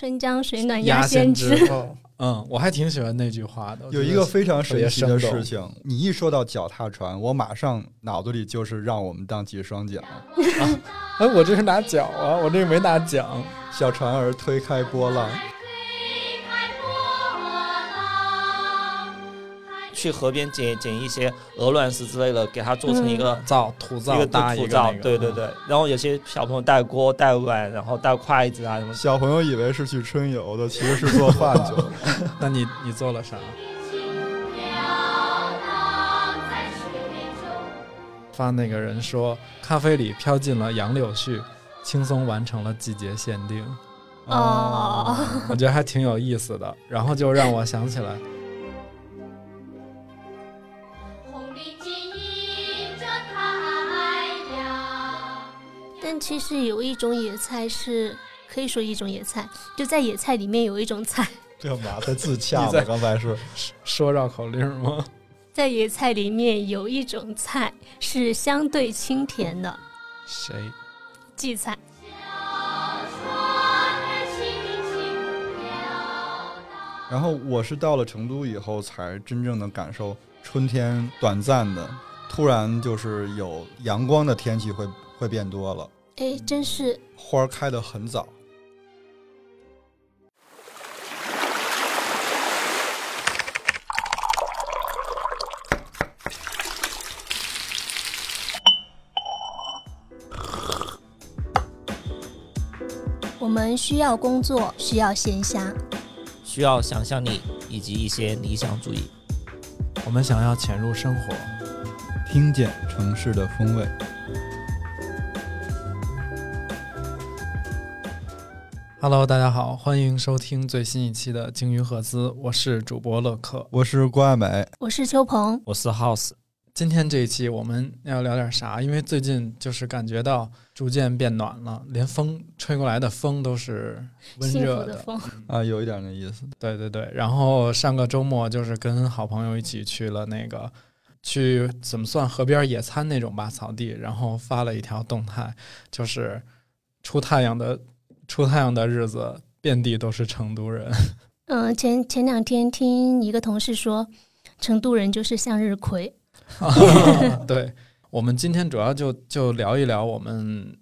春江水暖鸭先知。知。哦 嗯，我还挺喜欢那句话的。我有觉一得个非常神奇的特别事生情，你一说到脚踏船，我马上脑子里就是让我们荡起双桨，哎，我这是拿奖啊，我这个没拿奖。小船儿推开波浪。去河边捡捡一些鹅卵石之类的，给它做成一个、灶土一灶个搭一土个灶那，个嗯对对。对。然后有些小朋友带锅、带碗，然后带筷子啊什么。小朋友以为是去春游的，其实是做饭去 了。嗯那你你做了啥？发那个人说，咖啡里飘进了杨柳絮，轻松完成了季节限定，嗯哦，我觉得还挺有意思的。然后就让我想起来，红领巾迎着太阳。但其实有一种野菜是可以说一种野菜，就在野菜里面有一种菜，干嘛在自洽你吗？在刚才是说绕口令吗？在野菜里面有一种菜是相对清甜的 谁？荠菜。然后我是到了成都以后，才真正的感受春天短暂的，突然就是有阳光的天气会会变多了，哎，真是花儿开得很早。我们需要工作，需要闲暇，需要想象力以及一些理想主义。我们想要潜入生活，听见城市的风味。 Hello，大家好，欢迎收听最新一期的《鲸鱼赫兹》，我是主播乐克。我是郭爱美，我是秋鹏。我是 House，今天这一期我们要聊点啥？因为最近就是感觉到逐渐变暖了，连风吹过来的风都是温幸热福的风，啊，有一点那意思。对对对，然后上个周末就是跟好朋友一起去了那个，去怎么算河边野餐那种吧草地，然后发了一条动态，就是出太阳的出太阳的日子，遍地都是成都人。嗯，前前两天听一个同事说，成都人就是向日葵。 对，我们今天主要就就聊一聊我们、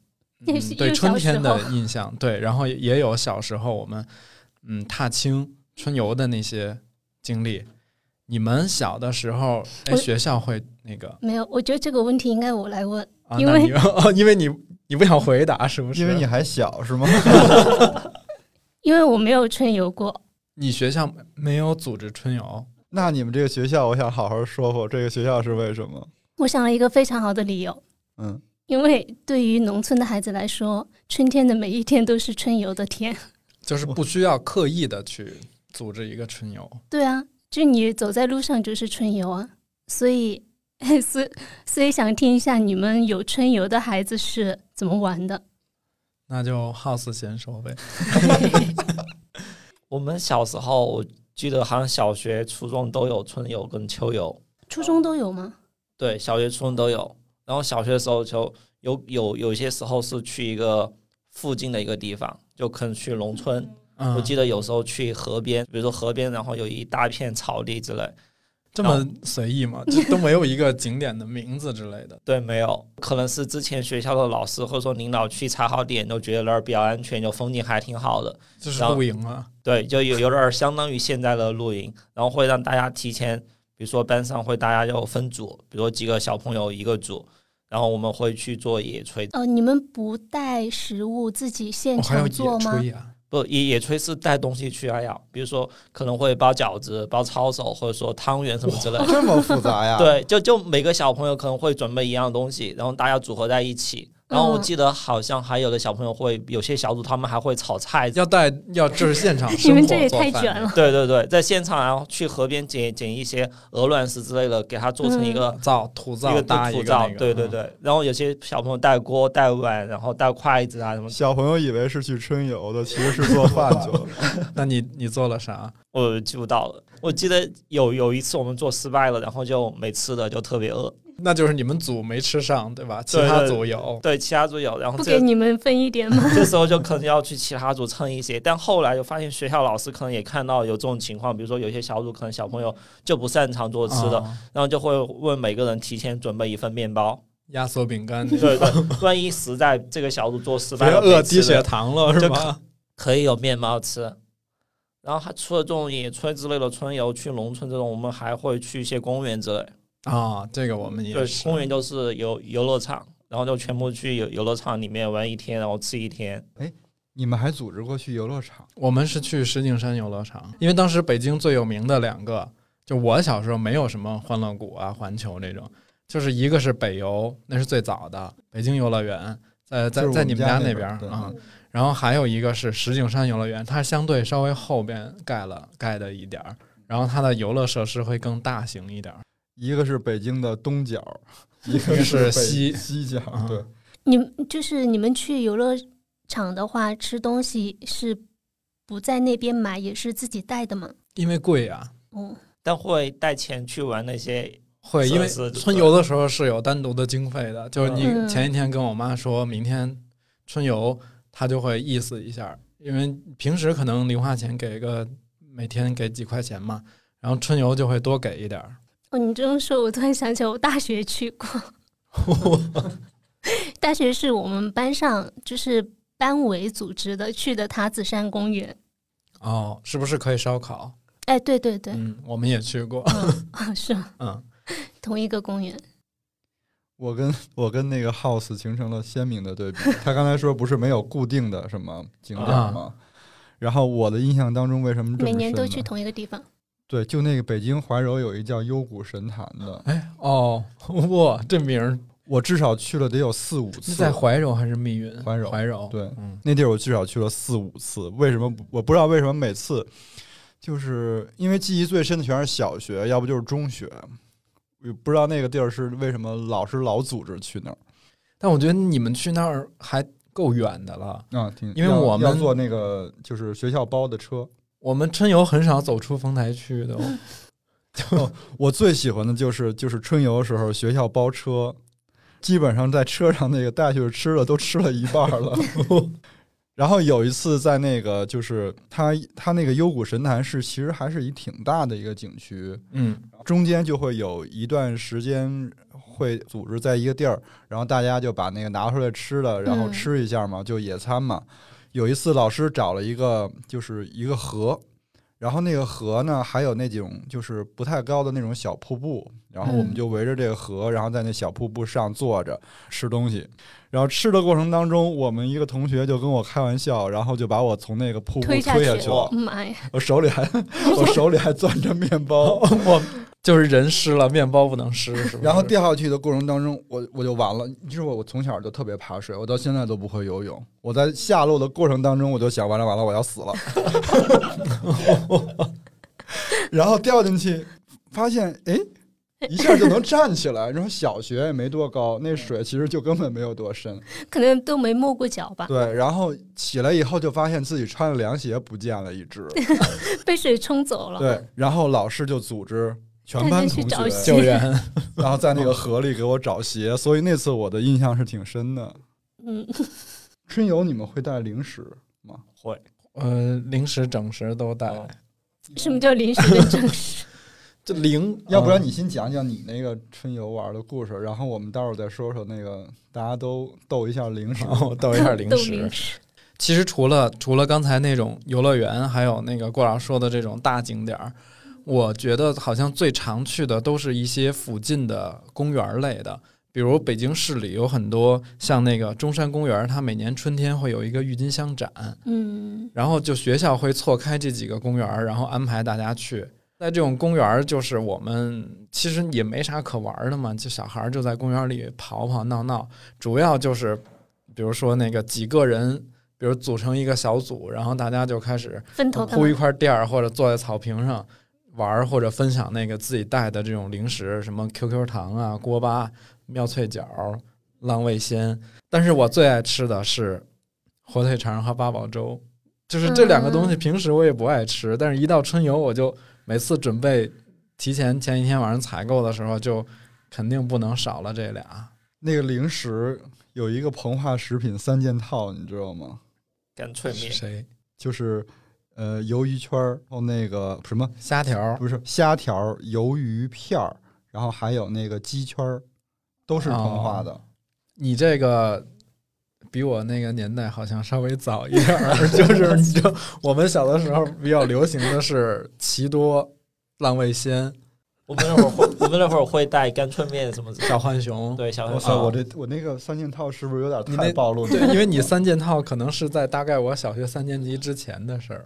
又嗯是、对又春小时天的候印象，对，然后也也有小时候我们嗯踏青春游的那些经历。你们小的时候，哎，我学校会那个没有，我觉得这个问题应该我来问。啊？因那为你 哦，因为你你不想回答是不是？因为你还小 是吗？因为我没有春游过，你学校没有组织春游，那你们这个学校，我想好好说说这个学校是为什么？我想了一个非常好的理由， 嗯，因为对于农村的孩子来说，春天的每一天都是春游的天。 就是不需要刻意的去组织一个春游。对啊，就你走在路上就是春游啊，所以， 所以所以想听一下你们有春游的孩子是怎么玩的？ 那就 House 先说呗。我们小时候我记得好像小学、初中都有春游跟秋游，初中都有吗？对，小学、初中都有。然后小学的时候就有有有些时候是去一个附近的一个地方，就可能去农村，嗯，我记得有时候去河边，比如说河边，然后有一大片草地之类。这么随意吗？就都没有一个景点的名字之类 的。对，没有，可能是之前学校的老师或者说领导去查好点，就觉得那儿比较安全，就风景还挺好的。就是然后露营啊，对，就有有点儿相当于现在的露营，然后会让大家提前，比如说班上会大家要分组，比如说几个小朋友一个组，然后我们会去做野炊，哦，你们不带食物自己现我哦还场有野做吗？炊啊，不野野炊是带东西去啊呀，比如说可能会包饺子、包抄手或者说汤圆什么之类的。这么复杂啊呀？，对，就就每个小朋友可能会准备一样的东西，然后大家组合在一起。然后我嗯记得好像还有的小朋友会，有些小组他们还会炒菜。要带要就是现 场你生们火这也做太饭卷的了。对对对，在现场然后去河边捡捡一些鹅卵石之类的，给它做成一嗯个、灶土一灶个搭一土个灶那。个嗯对对，对，然后有些小朋友带锅、带碗，然后带筷子啊什么。小朋友以为是去春游的，其实是做饭 去了。嗯那你你做了啥？我记不到了，我记得有有一次我们做失败了，然后就没吃的，就特别饿。那就是你们组没吃上，对吧？其对他对组有，对，其他组有，然后不这给你们分一点吗？ 这时候就可能要去其他组蹭一些，但后来就发现学校老师可能也看到有这种情况，比如说有些小组可能小朋友就不擅长做吃的，啊然后就会问每个人提前准备一份面 包，压缩饼干 那对种，对，万一实在这个小组做失别 败了，饿没吃低的血糖了是就吧？可以有面包吃。然后还除了这种野炊之类的春游，去农村这种，我们还会去一些公园之类。啊，这个我们也对，是公园就是游游乐场，然后就全部去游游乐场里面玩一天，然后吃一天。你们还组织过去游乐场？我们是去石景山游乐场，因为当时北京最有名的两个，就我小时候没有什么欢乐谷啊、环球这种，就是一个是北邮，那是最早的北京游乐园，在在就是我在们你们家家那那边边对啊、然后还有一个是石景山游乐园，它相对稍微后边盖了盖的一点儿，然后它的游乐设施会更大型一点儿。一个是北京的东 角，一一个个是北西西角啊，对，你们就是你们去游乐场的话，吃东西是不在那边买，也是自己带的吗？因为贵啊，哦，但会带钱去玩那些，会，因为是是春游的时候是有单独的经费的，就是你嗯前一天跟我妈说明天春游，她就会意思一下，因为平时可能零花钱给个每天给几块钱嘛，然后春游就会多给一点儿。 哦，你这么说，我突然想起来，我大学去过。大学是我们班上就是班委组织的，去的塔子山公园。哦，是不是可以烧烤？哎，对对对，嗯，我们也去过。啊， 是吗 嗯，同一个公园。我跟我跟那个 House 形成了鲜明的对比。他刚才说不是没有固定的什么景点啊吗？然后我的印象当中为什么这么每年都深呢啊去同一个地方。对，就那个北京怀柔有一叫幽谷神坛的，哎，哦，哇，这名儿我至少去了得有四五是次。在怀柔还是密云？怀柔怀柔。对嗯，那地儿我至少去了四五次，为什么不我不知道为什么每次，就是因为记忆最深的全是小学，要不就是中学，也不知道那个地儿是为什么老师老组织去那儿。但我觉得你们去那儿还够远的了。啊，挺因为要我们要坐那个就是学校包的车，我们春游很少走出丰台区的哦、 我最喜欢的就是就是春游时候学校包车，基本上在车上那个带去吃的都吃了一半了。然后有一次在那个就是它它那个幽谷神坛是其实还是一挺大的一个景区，嗯，中间就会有一段时间会组织在一个地儿，然后大家就把那个拿出来吃的，然后嗯吃一下嘛，就野餐嘛。有一次老师找了一个就是一个河，然后那个河呢还有那种就是不太高的那种小瀑布，然后我们嗯就围着这个河，然后在那小瀑布上坐着吃东西。然后吃的过程当中，我们一个同学就跟我开玩笑，然后就把我从那个瀑布推推下下去去了， 妈呀！我手里还 我手里还攥着面包。 我就是人湿了，面包不能湿，是吧？然后掉下去的过程当中，我我就完了。你知道我我从小就特别怕水，我到现在都不会游泳。我在下落的过程当中，我就想完了完了，我要死了。 然后掉进去，发现哎，一下就能站起来。然后小学也没多高，那水其实就根本没有 多深。可能都没没过脚吧，对，然后起来以后就发现自己穿的凉鞋不见了一只。 被水冲走了。对，然后老师就组织全大班家去同找学鞋救援， 然后在那个河里给我找鞋，所以那次我的印象是挺深的。嗯，春游你们会带零食？会 呃，零食、整食都哦带嗯。什么叫临时跟正 式？这零，要不然你先讲讲你那个春游玩的故事，然后我们待会儿再说说那个大家都逗一下零 食。哦，逗一下零都食临。时。其实除了除了刚才那种游乐园，还有那个郭老师说的这种大景点儿，我觉得好像最常去的都是一些附近的公园儿类的。比如北京市里有很多像那个中山公园，它每年春天会有一个郁金香展，嗯，然后就学校会错开这几个公园儿，然后安排大家去。在这种公园儿，就是我们其实也没啥可玩儿的嘛，就小孩儿就在公园里跑跑闹闹，主要就是比如说那个几个人，比如组成一个小组，然后大家就开始分头干铺一嘛？ 块垫儿，或者坐在草坪上玩儿，或者分享那个自己带的这种零食，什么 QQ 糖啊、锅巴、妙脆角、浪味仙。但是我最爱吃的是火腿肠和八宝粥，就是这两个东西，平时我也不爱吃，但是一到春游，我就每次准备提前前一天晚上采购的时候就。肯定不能少了这俩。那个零食有一个膨化食品三件套，你知道吗？干脆面、谁？就是呃鱿鱼圈儿，然后那个什么虾条儿不是虾条儿、鱿鱼片儿，然后还有那个鸡圈儿，都是膨化的。你这个比我那个年代好像稍微早一点儿， 就是你就我们小的时候比较流行的是奇多、浪味仙、我们那会儿会，我们那会儿会带干脆面什么之类的。小浣熊。对，小嗯哇浣塞，熊，我这我那个三件套是不是有点你太那暴露了？对，因为你三件套可能是在大概我小学三年级之前的事儿。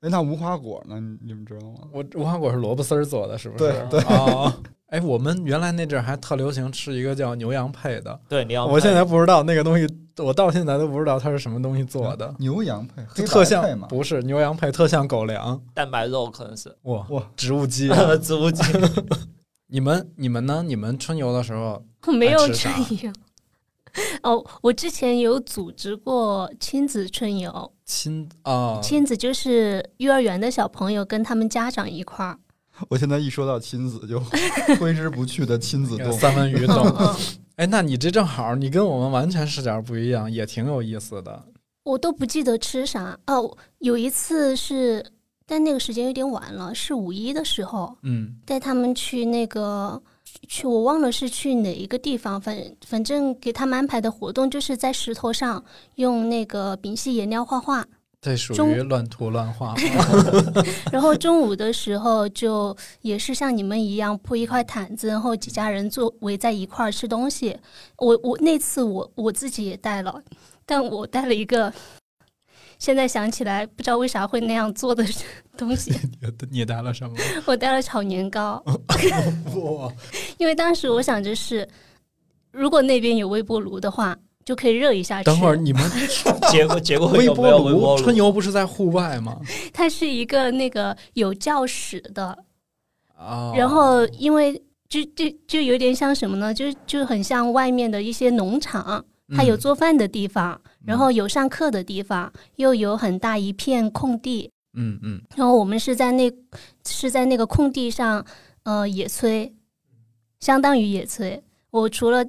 哎，那无花果呢？你你们知道吗？我无花果是萝卜丝儿做的，是不是？对对哦。哎，我们原来那阵儿还特流行吃一个叫牛羊配的，啊对，你要我现在不知道那个东西，我到现在都不知道它是什么东西做的，牛羊配黑就嗯白特配像嘛？不是牛羊配，特像狗粮。蛋白肉可能 是哇哇，植物 基啊、植物基，你们你们呢？你们春游的时候我没有爱吃春啥游。 哦，我之前有组织过亲子春游，亲啊、亲子就是幼儿园的小朋友跟他们家长一块儿。我现在一说到亲子就 挥之不去的亲子那个 洞。三文鱼嗯冻。嗯，哎，那你这正好，你跟我们完全视角不一样，也挺有意思的。我都不记得吃啥。哦，有一次是，但那个时间有点晚了，是五一的时候，嗯，带他们去那个去，我忘了是去哪一个地方，反反正给他们安排的活动就是在石头上用那个丙烯颜料画画，这属中于乱涂乱画嘛。 然后中午的时候就也是像你们一样铺一块毯子，然后几家人坐围在一块儿吃东西。我我那次我我自己也带了，但我带了一个，现在想起来不知道为啥会那样做的 东西，你你带了 什么？我带了炒年糕，哦哇，因为当时我想着是，如果那边有微波炉的话，就可以热一下吃。等会儿 你们结果结果微有没有波微波炉炉？春游不是在户外吗？它是一个那个有教室的，啊，然后因为就就就有点像什么呢？就就很像外面的一些农场，它有嗯做饭的地方，然后有上课的地方，又有很大一片空地。嗯嗯，然后我们是在那是在那个空地上，呃，野炊，相当于野炊。我除了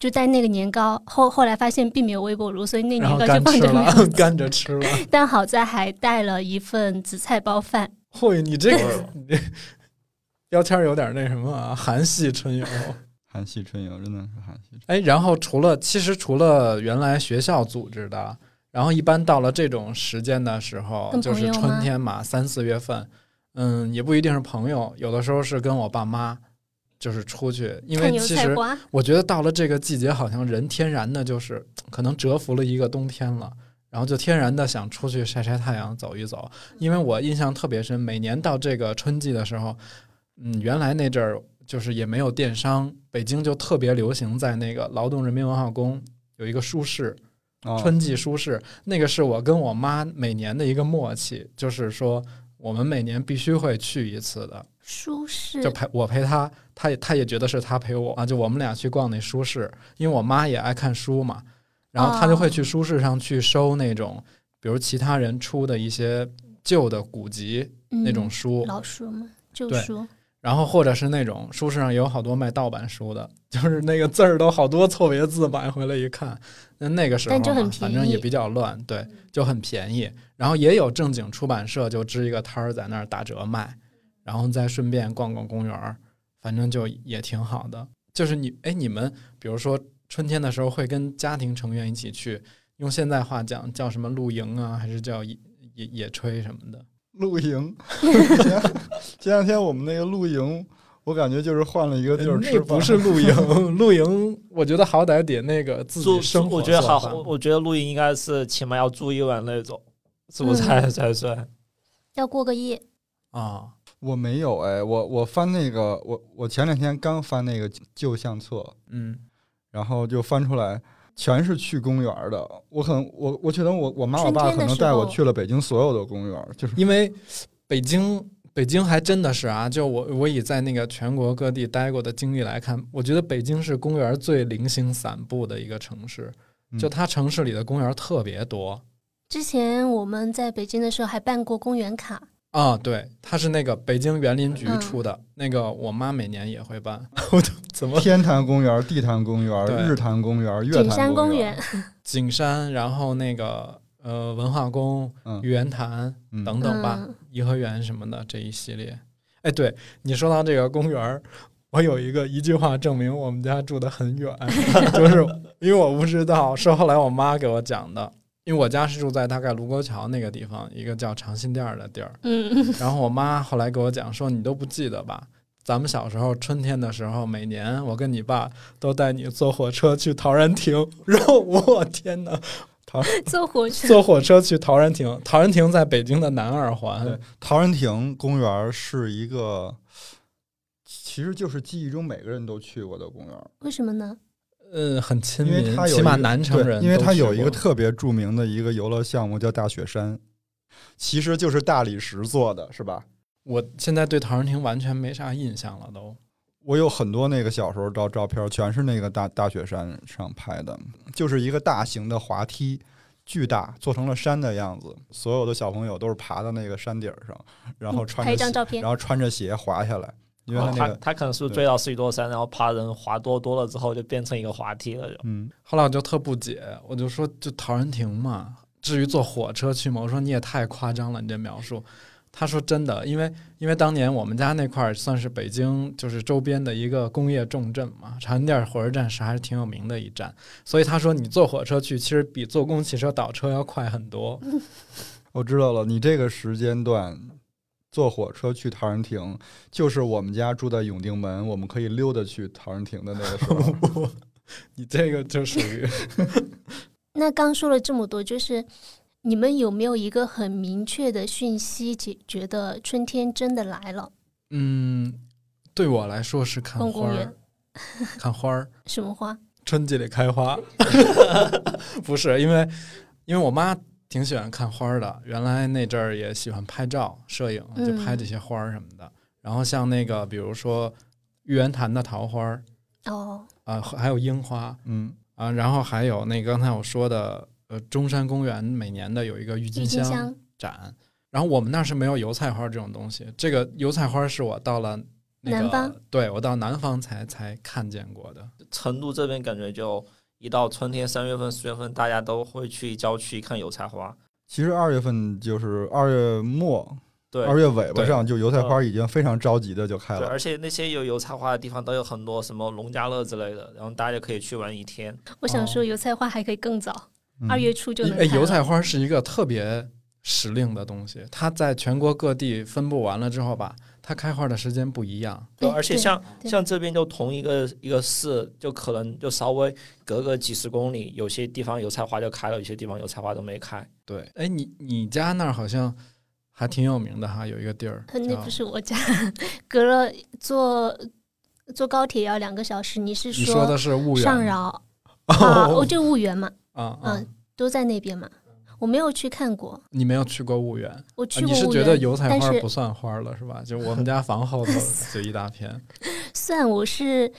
就带那个年糕，后后来发现并没有微波炉，所以那然年后糕就干放吃着没有了， 干着吃了。 但好在还带了一份紫菜包饭。嚯，你这个你这 标签儿有点那什么啊，韩系春游。韩系春游真的是韩系春哎，然后除了其实除了原来学校组织的，然后一般到了这种时间的时候，跟就朋是友吗春天嘛，三四月份，嗯，也不一定是朋友，有的时候是跟我爸妈，就是出去，因看为油其菜实花，我觉得到了这个季节，好像人天然的就是可能蛰伏了一个冬天了，然后就天然的想出去晒晒太阳、走一走。因为我印象特别深，每年到这个春季的时候，嗯，原来那阵儿就是也没有电商，北京就特别流行在那个劳动人民文化宫有一个书市，游啊，春季舒适，那个是我跟我妈每年的一个默契，就是说我们每年必须会去一次的。舒适就陪我陪他，他也他也觉得是他陪我啊，就我们俩去逛那书市，因为我妈也爱看书嘛，然后她就会去书市上去收那种，比如其他人出的一些旧的古籍那种嗯书，老书吗？旧对书。然后或者是那种书市上也有好多卖盗版书的，就是那个字儿都好多错别字，买回来一看，那那个时候但就很嘛便反正也宜嗯比较乱，对，就很便宜。然后也有正经出版社就支一个摊儿在那儿打折卖，然后再顺便逛逛公园儿，反正就也挺好的。就是你哎，你们比如说春天的时候会跟家庭成员一起去，用现在话讲叫什么露营啊，还是叫野野野炊什么的？露营。 前两天我们那个露营，我感觉就是换了一个地儿吃哎那饭，不是露 营，露营我觉得好歹得那个自住己生活我觉得做好饭，我我觉得露营应该是起码要住一晚那种，是不是才、才算？要过个夜，啊，我没有哎，我我翻那个，我我前两天刚翻那个旧相册，嗯，然后就翻出来，全是去公园儿的。我可能我我觉得我我妈我爸春可天的能时候带我去了北京所有的公园儿，就是因为北京北京还真的是啊，就我我以在那个全国各地待过的经历来看，我觉得北京是公园最零星散步的一个城市，嗯就它城市里的公园特别多之前我们在北京的时候还办过公园卡，啊，对，它是那个北京园林局出的，那个我妈每年也会办。 我都怎么 天坛公园、地坛公园、对日坛公园、月景坛山公园园，啊景山，然后那个呃文化宫、嗯玉渊潭嗯等等吧，嗯颐和园什么的这一系列。哎，对你说到这个公园儿，我有一个一句话证明我们家住得很远，就是因为我不知道，是后来我妈给我讲的。因为我家是住在大概卢沟桥那个地方，一个叫长辛店儿的地儿。嗯， 然后我妈后来给我讲说，你都不记得吧？咱们小时候春天的时候，每年我跟你爸都带你坐火车去陶然亭。 然后我天哪，坐火车坐火车去陶然亭，陶然亭在北京的南二环对。陶然亭公园是一个，其实就是记忆中每个人都去过的公园，为什么呢？嗯，很亲因为民，它有起码一个南城对人因为都它去有一个过特别著名的一个游乐项目叫大雪山，其实就是大理石做的，是吧？我现在对陶然亭完全没啥印象了都。我有很多那个小时候照照片，全是那个大大雪山上拍的，就是一个大型的滑梯，巨大，做成了山的样子。所有的小朋友都是爬到那个山顶上，然后嗯穿拍一着张鞋，照片然，后穿着鞋滑下来，因为然它后那哦他个他可能是不是追到十几座山，然后爬人滑多多了之后，就变成一个滑梯了。就嗯，后来我就特不解，我就说就陶然亭嘛，至于坐火车去吗？我说你也太夸张了，你这描述。他说真的，因为因为当年我们家那块儿算是北京就是周边的一个工业重镇嘛，长安店火车站是还是挺有名的一站，所以他说你坐火车去，其实比坐公汽车倒车要快很 多。 我知道了，你这个时间段坐火车去陶然亭，就是我们家住在永定门，我们可以溜达去陶然亭的那个时候。 你这个就属于那刚说了这么多，就是你们有没有一个很明确的讯息，解觉得春天真的来了？嗯，对我来说是看逛花公儿园，看花儿。什么花？春季里开花， 不是因为因为我妈挺喜欢看花儿的，原来那阵儿也喜欢拍照、摄影，嗯就拍这些花儿什么的。然后像那个，比如说玉渊潭的桃花儿哦，啊、还有樱花嗯，啊、然后还有那个刚才我说的，呃，中山公园每年的有一个郁郁金金香香。展，然后我们那儿是没有油菜花这种东西，这个油菜花是我到了。那个、南方，对我到南方才才看见过的，成都这边感觉就一到春天三月份、四月份，大家都会去郊区看油菜花。其实二月份就是二月末、对，嗯二月尾巴对上，就油菜花已经非常着急的就开对，了。而且那些有油菜花的地方都有很多什么农家乐之类的，然后大家就可以去玩一天。我想哦说油菜花还可以更早，嗯二、月初就能哎，开了。油菜花是一个特别时令的东西，它在全国各地分布完了之后吧，它开花的时间不一样。对而且哎对像对像这边就同一个一个市，就可能就稍微隔个几十公里，有些地方油菜花就开了，有些地方油菜花都没开。对，哎，你你家那儿好像还挺有名的哈，有一个地儿呃，那叫不是我家，隔了坐坐高铁要两个小时。你是你说的是婺源上饶啊？我就婺源嘛， 啊啊嗯！都在那边嘛。我没有去看过，你没有去过婺源，啊我去你过是婺觉得源，油菜但花是不算花了是吧？就我们家 房后头就一大片。算我是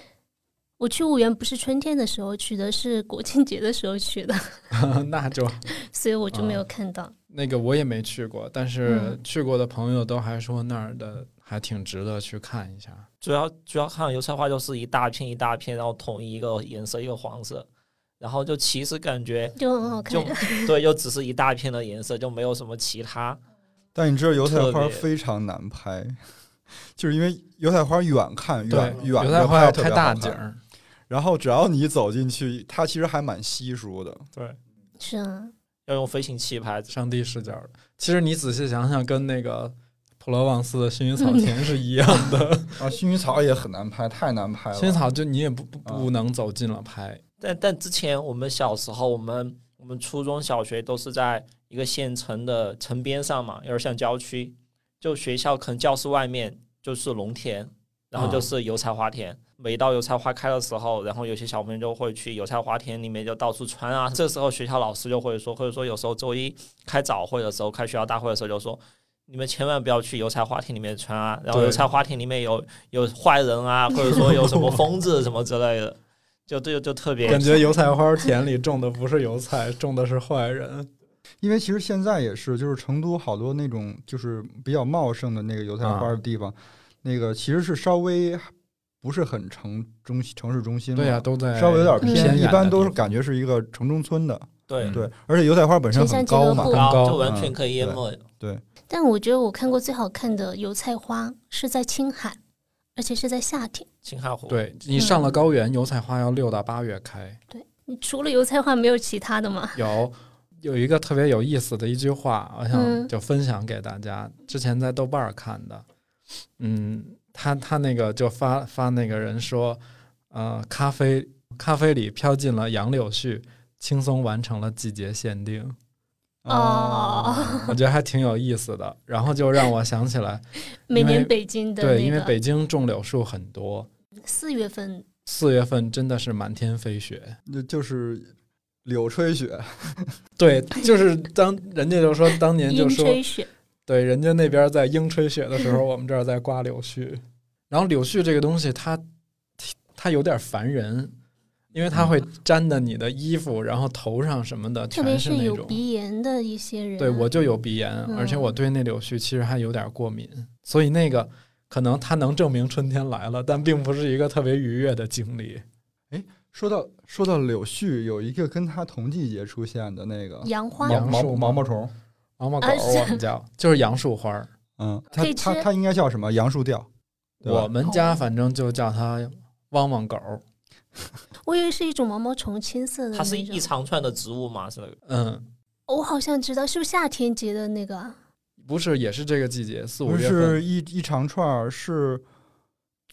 我去婺源不是春天的时候去的，是国庆节的时候去的， 那就所以我就没有看到。那个我也没去过，但是嗯去过的朋友都还说那儿的还挺值得去看一下。主要主要看油菜花就是一大片一大片，然后统一一个颜色一个黄色，然后就其实感觉就很好看就， 对，就只是一大片的颜色，就没有什么其他。但你知道油菜特花别非常难拍， 就是因为油菜花远看对远，远油菜着花要特拍别大好看景儿，然后只要你一走进去，它其实还蛮稀疏 的。对，是啊，要用飞行器拍。上帝视角的。其实你仔细想想，跟那个普罗旺斯的薰衣草田是一样的。啊，薰衣草也很难拍，太难拍了。薰衣草就你也不不啊不能走近了拍，但但之前我们小时候，我们我们初中小学都是在一个县城的城边上嘛，有点像郊区。就学校可能教室外面就是农田，然后啊就是油菜花田。每到油菜花开的时候，然后有些小朋友就会去油菜花田里面就到处窜啊。这时候学校老师就会说，或者说有时候周一开早会的时候，开学校大会的时候就说。你们千万不要去油菜花田里面窜啊！然后对油菜花田里面有有坏人啊，或者说有什么疯子什么之类的，就就就特别感觉油菜花田里种的不是油菜，种的是坏人。因为其实现在也是，就是成都好多那种就是比较茂盛的那个油菜花的地方，啊那个其实是稍微不是很城中城市中心嘛，对呀、都在嗯稍微有点偏远的一般都是地嗯感觉是一个城中村的，对，对，而且油菜花本身就像很俱乐高嘛部，高就完全可以淹没。但我觉得我看过最好看的油菜花是在青海，而且是在夏天。青海湖，方。对你上了高原，油菜花要六到八月开。你除了油菜花，没有其他的 吗？有有一个特别有意思的一句话，我嗯想就分享给大家。之前在豆瓣儿看的，嗯，他他那个就发发那个人说，呃，咖啡咖啡里飘进了杨柳絮，轻松完成了季节限 定，啊哦，我觉得还挺有意思的。然后就让我想起 来，每因为年北京的对，那因为个北京种柳树很多，四月份，四月份真的是满天飞雪。那就是柳吹雪，对，就是当人家就说当年就阴说吹雪，对，人家那边在鹰吹雪的时候，我们这儿在刮柳絮。然后柳絮这个东西它，它有点烦人，因为它会粘的你的衣服，然后头上什么的，嗯特别全是那有种。鼻嗯炎的一些人，对我就有鼻炎，而且我对那柳絮其实还有点过敏，所以那个可能它能证明春天来了，但并不是一个特别愉悦的经历。说到说到柳絮，有一个跟它同季节出现的那个杨花毛杨毛树吗毛毛虫，毛毛狗啊儿是我们叫就是杨树花儿，嗯，它可以它吃它应该叫什么？杨树调，对吧我哦们家反正就叫它汪汪狗儿。我以为是一种毛毛虫，青色的那它种。哦是一长串的植物嘛，是那个嗯，我好像知道，是不是夏天结的那个啊？不是，也是这个季节，四五不月份，是一一长串儿，是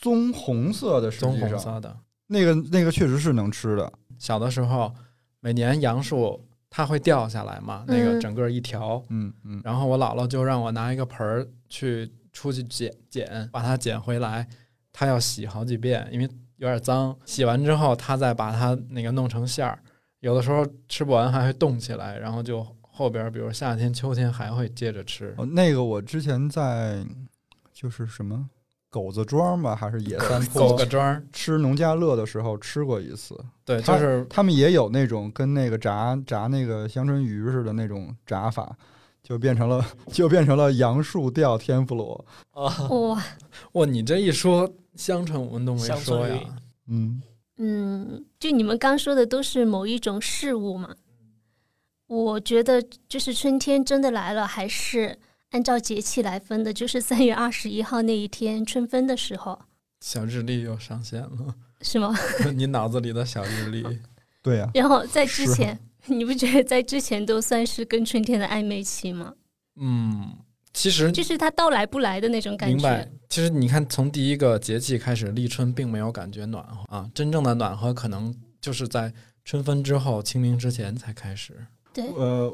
棕红色的，实棕际红上色的。那个那个确实是能吃的，小的时候，每年杨树它会掉下来嘛，那个嗯整个一条。嗯嗯，然后我姥姥就让我拿一个盆儿去出去捡捡，把它捡回来，它要洗好几遍，因为有点脏。洗完之后，它再把它那个弄成馅儿，有的时候吃不完还会冻起来，然后就后边儿比如夏天、秋天还会接着吃。哦，那个我之前在就是什么狗子庄吧，还是野三狗坡个庄儿，吃农家乐的时候吃过一次，对，就它是他们也有那种跟那个炸炸那个香椿鱼似的那种炸法，就变成了 就变成了杨树吊天妇罗，啊， 哇，哇，你这一说香椿，我们都没香说椿呀鱼。嗯，嗯，就你们刚说的都是某一种事物嘛。我觉得就是春天真的来了，还是按照节气来分的，就是三月二十一号那一天春分的时候，小智力又上线了。是 吗？你脑子里的小日历，对呀、然后在之是啊前，你不觉得在之前都算是跟春天的暧昧期吗？嗯，其实就是它到来不来的那种感明白觉。。其实你看，从第一个节气开始，立春并没有感觉暖和啊，真正的暖和可能就是在春分之后、清明之前才开始。对，呃，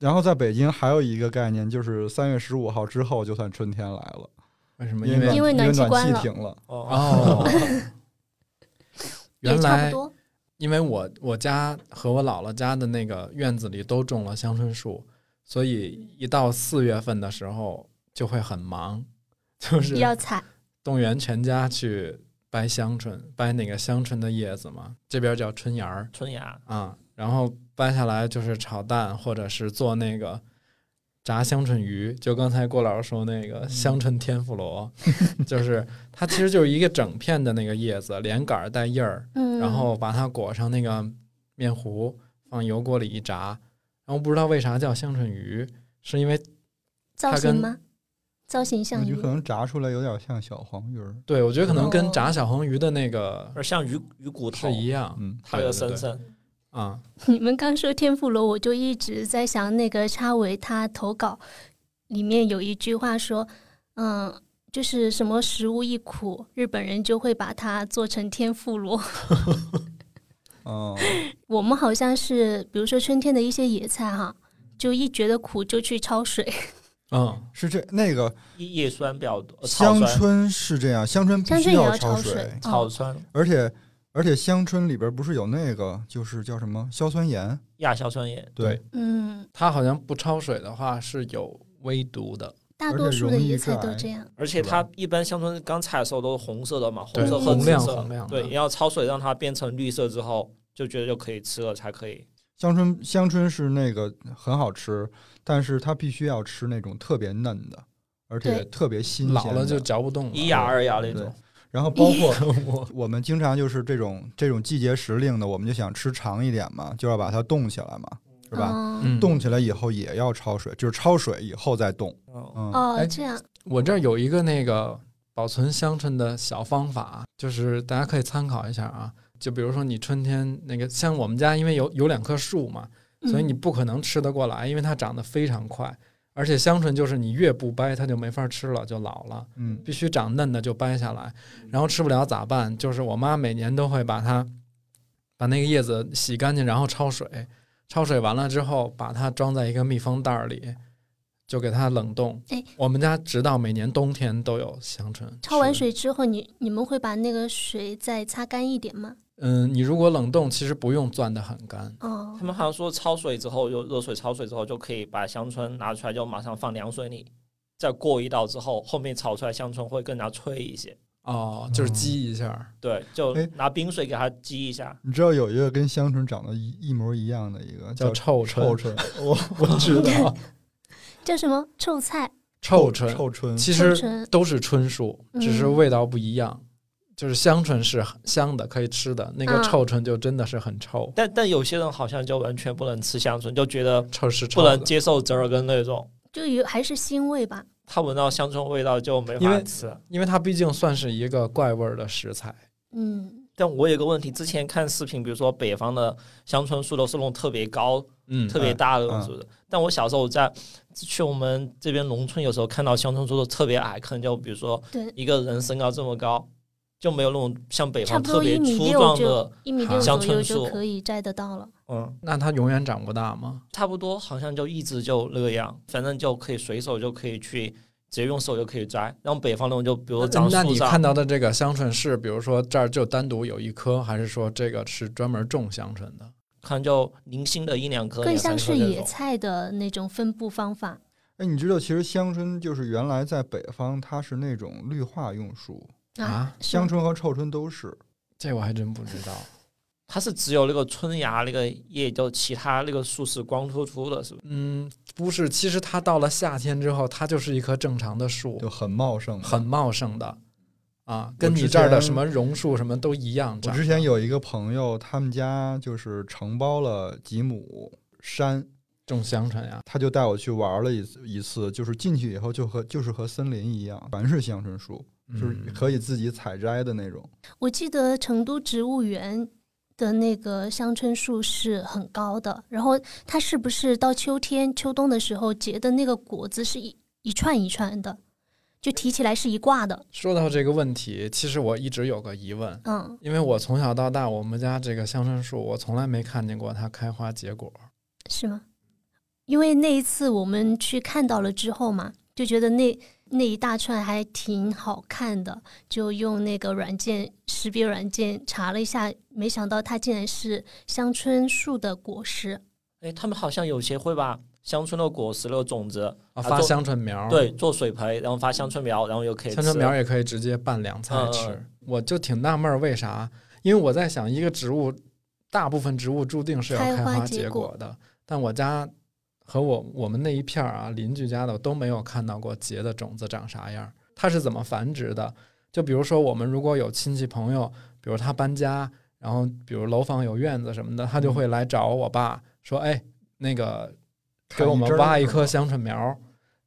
然后在北京还有一个概念就是三月十五号之后就算春天来了，为什么？因因为因为暖暖气暖关气了停了，哦，哦，原也差不来多。因为我我家和我姥姥家的那个院子里都种了香椿树，所以一到四月份的时候就会很忙，就是要采，动员全家去掰香椿，掰那个香椿的叶子嘛，这边叫椿芽儿春芽，啊。然后掰下来就是炒蛋，或者是做那个炸香椿鱼，就刚才郭老师说那嗯个香椿天妇罗， 就是它其实就是一个整片的那个叶子，连杆儿带叶儿，嗯，然后把它裹上那个面糊，放油锅里一炸。然后不知道为啥叫香椿鱼，是因为造它型跟吗？造型我像觉鱼得可能炸出来有点像小黄鱼儿，对我觉得可能哦跟炸小黄鱼的那个而像鱼鱼骨头是，一样，嗯，它有深深。啊， 你们刚说天妇罗，我就一直在想那个插维他投稿里面有一句话说，嗯，就是什么食物一苦，日本人就会把它做成天妇罗。 哦、我们好像是，比如说春天的一些野菜哈，就一觉得苦就去焯水，嗯，是这那个叶叶酸比较多，呃草香酸、椿是这样，香椿必香须椿也要焯焯水，草哦酸、而且而且香椿里边不是有那个就是叫什么硝酸盐？亚硝酸盐，对嗯，它好像不焯水的话是有微毒的，大而多且数容的易野菜都致癌这样。而且它一般香椿刚采的时候都是红色的嘛，对红色和红紫亮色红，亮的对，要焯水让它变成绿色之后，就觉得就可以吃了才可以。香椿香椿是那个很好吃，但是它必须要吃那种特别嫩的，而且对特别新鲜老了就的嚼不动了。一牙二牙那对种。然后包括我我们经常就是这种这种季节时令的，我们就想吃长一点嘛，就要把它冻起来嘛，是吧？嗯嗯，冻起来以后也要焯水，就是焯水以后再冻。嗯，嗯，哦，哎这样我这儿有一个那个保存香椿的小方法，啊就是大家可以参考一下啊。就比如说你春天那个，像我们家因为有有两棵树嘛，所以嗯你不可能吃得过来，因为它长得非常快，而且香椿就是你越不掰它就没法吃了，就老了，嗯必须长嫩的就掰下来，然后吃不了咋办？就是我妈每年都会把它把那个叶子洗干净，然后焯水，焯水完了之后把它装在一个密封袋儿里，就给它冷冻。哎我们家直到每年冬天都有香椿。焯完，水之后，你你们会把那个水再擦干一点吗？嗯，你如果冷冻，其实不用攥得很干。哦他，们好像说焯水之后，就热水焯水之后就可以把香椿拿出来，就马上放凉水里，再过一道之后，后面炒出来香椿会更加脆一些。哦，嗯就是激一下。对，就哎拿冰水给它激一下。你知道有一个跟香椿长得一一模一样的一个叫叫臭臭椿，椿，我我知道叫什么臭菜？ 臭椿，臭椿，其臭实椿都是椿树，嗯只是味道不一样。就是香椿是香的，可以吃的；那个嗯臭椿就真的是很臭，但但有些人好像就完全不能吃香椿，就觉得臭是臭不的。能接受折耳根那种，就有还是腥味吧？他闻到香椿味道就没因法为吃。因为它毕竟算是一个怪味儿的食材。嗯，但我有个问题，之前看视频，比如说北方的香椿树都是那种特别高、嗯，特别大的嗯那种树的。但我小时候在去我们这边农村，有时候看到香椿树都特别矮，可能就比如说对，一个人身高这么高，就没有那种像北差方不特多别一米粗六壮就的，一米六香左右椿就树可以摘得到了。嗯，那它永远长不大吗？差不多好像就一直就那样，反正就可以随手就可以去。直接用手就可以摘，然后北方那种就比如说长那树你上，看到的这个香椿是，比如说这儿就单独有一棵，还是说这个是专门种香椿的？可能就零星的一两颗，更两三像颗是这野种菜的那种分布方法。哎，你知道其实香椿就是原来在北方它是那种绿化用树，啊，是香椿和臭椿都是。这我还真不知道。它是只有那个春芽那个叶，就其他那个树是光秃秃的，是不是？嗯，不是，其实它到了夏天之后，它就是一棵正常的树就，很茂盛。很，茂盛的啊，我跟之你这儿的前什么榕树什么都一样我长。之前有一个朋友，他们家就是承包了几亩山，种香椿呀，他就带我去玩了一次一次，就是进去以后就和就是和森林一样，全是香椿树，就是嗯可以自己采摘的那种。我记得成都植物园的那个香椿树是很高的，然后它是不是到秋天、秋冬的时候结的那个果子是一一串一串的，就提起来是一挂的。说到这个问题，其实我一直有个疑问，嗯，因为我从小到大，我们家这个香椿树，我从来没看见过它开花结果。啊是吗？因为那一次我们去看到了之后嘛，就觉得那那一大串还挺好看的，就用那个软件识别软件查了一下，没想到它竟然是香椿树的果实。哎，他们好像有些会把乡村的果实那个种子，啊，啊发做香椿苗儿，对，做水培，然后发香椿苗，然后又可以香吃。椿苗也可以直接拌凉菜吃。嗯嗯我就挺纳闷儿，为啥？因为我在想，一个植物，大部分植物注定是要开开花花结结果果的，但我家和我我们那一片儿啊，邻居家的我都没有看到过结的种子长啥样儿，它是怎么繁殖的？就比如说，我们如果有亲戚朋友，比如他搬家，然后比如楼房有院子什么的，他就会来找我爸说：“哎，那个给我们挖一棵香椿苗儿，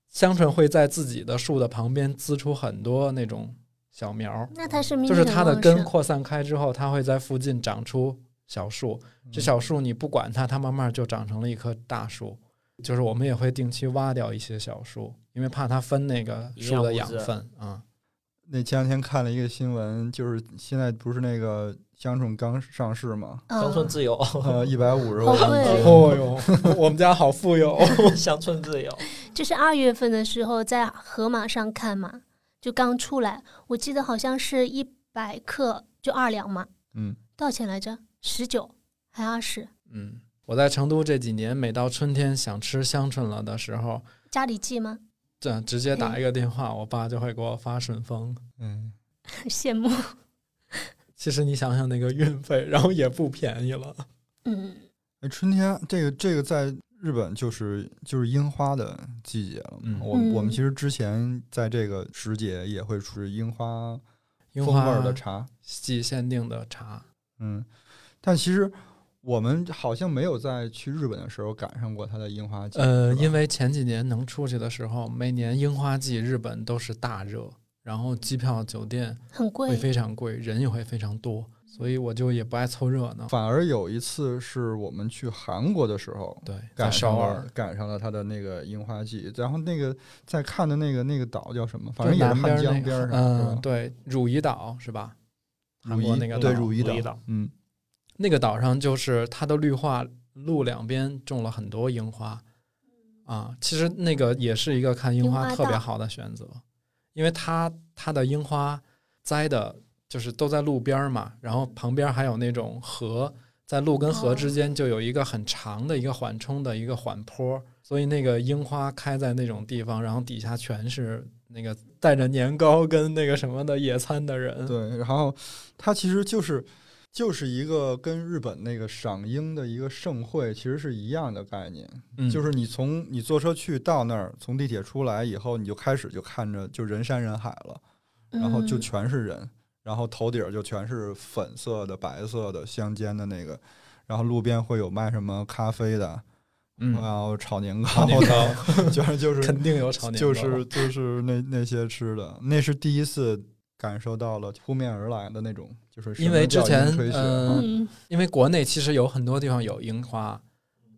香椿会在自己的树的旁边滋出很多那种小苗儿，那它生命力就是很它的旺根盛扩散开之后，它会在附近长出小树。这小树你不管它，它慢慢就长成了一棵大树。就是我们也会定期挖掉一些小树，因为怕它分那个树的营养养物质分啊。那前两天看了一个新闻，就是现在不是那个香椿刚上 市嘛，乡村嗯自由，呃，一百五十好万贵一对 斤，哦哟，我们家 好富有。哦 乡村自由。嗯就是二月份的时候在盒马上看嘛，就刚出来，我记得好像是一百克就二两嘛，嗯，多少钱来着？十九还二十？嗯，我在成都这几年，每到春天想吃香椿了的时候，家里寄吗？ 这直接打一个电话，我爸就会给我发顺丰。嗯，很羡慕。其实你想想那个运费，然后也不便宜了。嗯，哎，春天这个这个在日本就是就是樱花的季节了嘛。嗯我我们嗯其实之前在这个时节也会出樱花樱风味花儿的茶，季限定的茶，嗯，但其实我们好像没有在去日本的时候赶上过它的樱花季。呃，因为为前几年能出去的时候，每年樱花季日本都是大热，然后机票、酒店很会贵，非常贵，人也会非常多，所以我就也不爱凑热闹。反而有一次是我们去韩国的时候。对，在赶首上尔了，赶上了它的那个樱花季，然后那个在看的那个那个岛叫什么？反正就也南是边汉那江边个上，是嗯，吧对，汝矣岛是吧？韩汝国矣那个对岛汝汝矣矣岛岛，嗯，那个岛上就是它的绿化路两边种了很多樱花，啊，其实那个也是一个看樱嗯樱花花特别道好的选择，因为它它的樱花栽的就是都在路边儿嘛，然后旁边还有那种河，在路跟河哦之间就有一个很长的一个缓冲的一个缓坡，所以那个樱花开在那种地方，然后底下全是那个带着年糕跟那个什么的野餐的人，对。然后它其实就是就是一个跟日本那个赏樱的一个盛会，其实是一样的概念。嗯，就是你从你坐车去到那儿，从地铁出来以后，你就开始就看着就人山人海了，然后就嗯全是人，然后头顶儿就全是粉色的、白色的相间的那个，然后路边会有卖什么咖啡的，嗯，然后炒年炒糕年糕的， 就是就是肯定有炒年糕就了，是就是那那些吃的，那是第一次感受到了扑面而来的那种，就是什因为么之叫前迎吹雪呃啊嗯，因为国内其实有很多地方有樱花，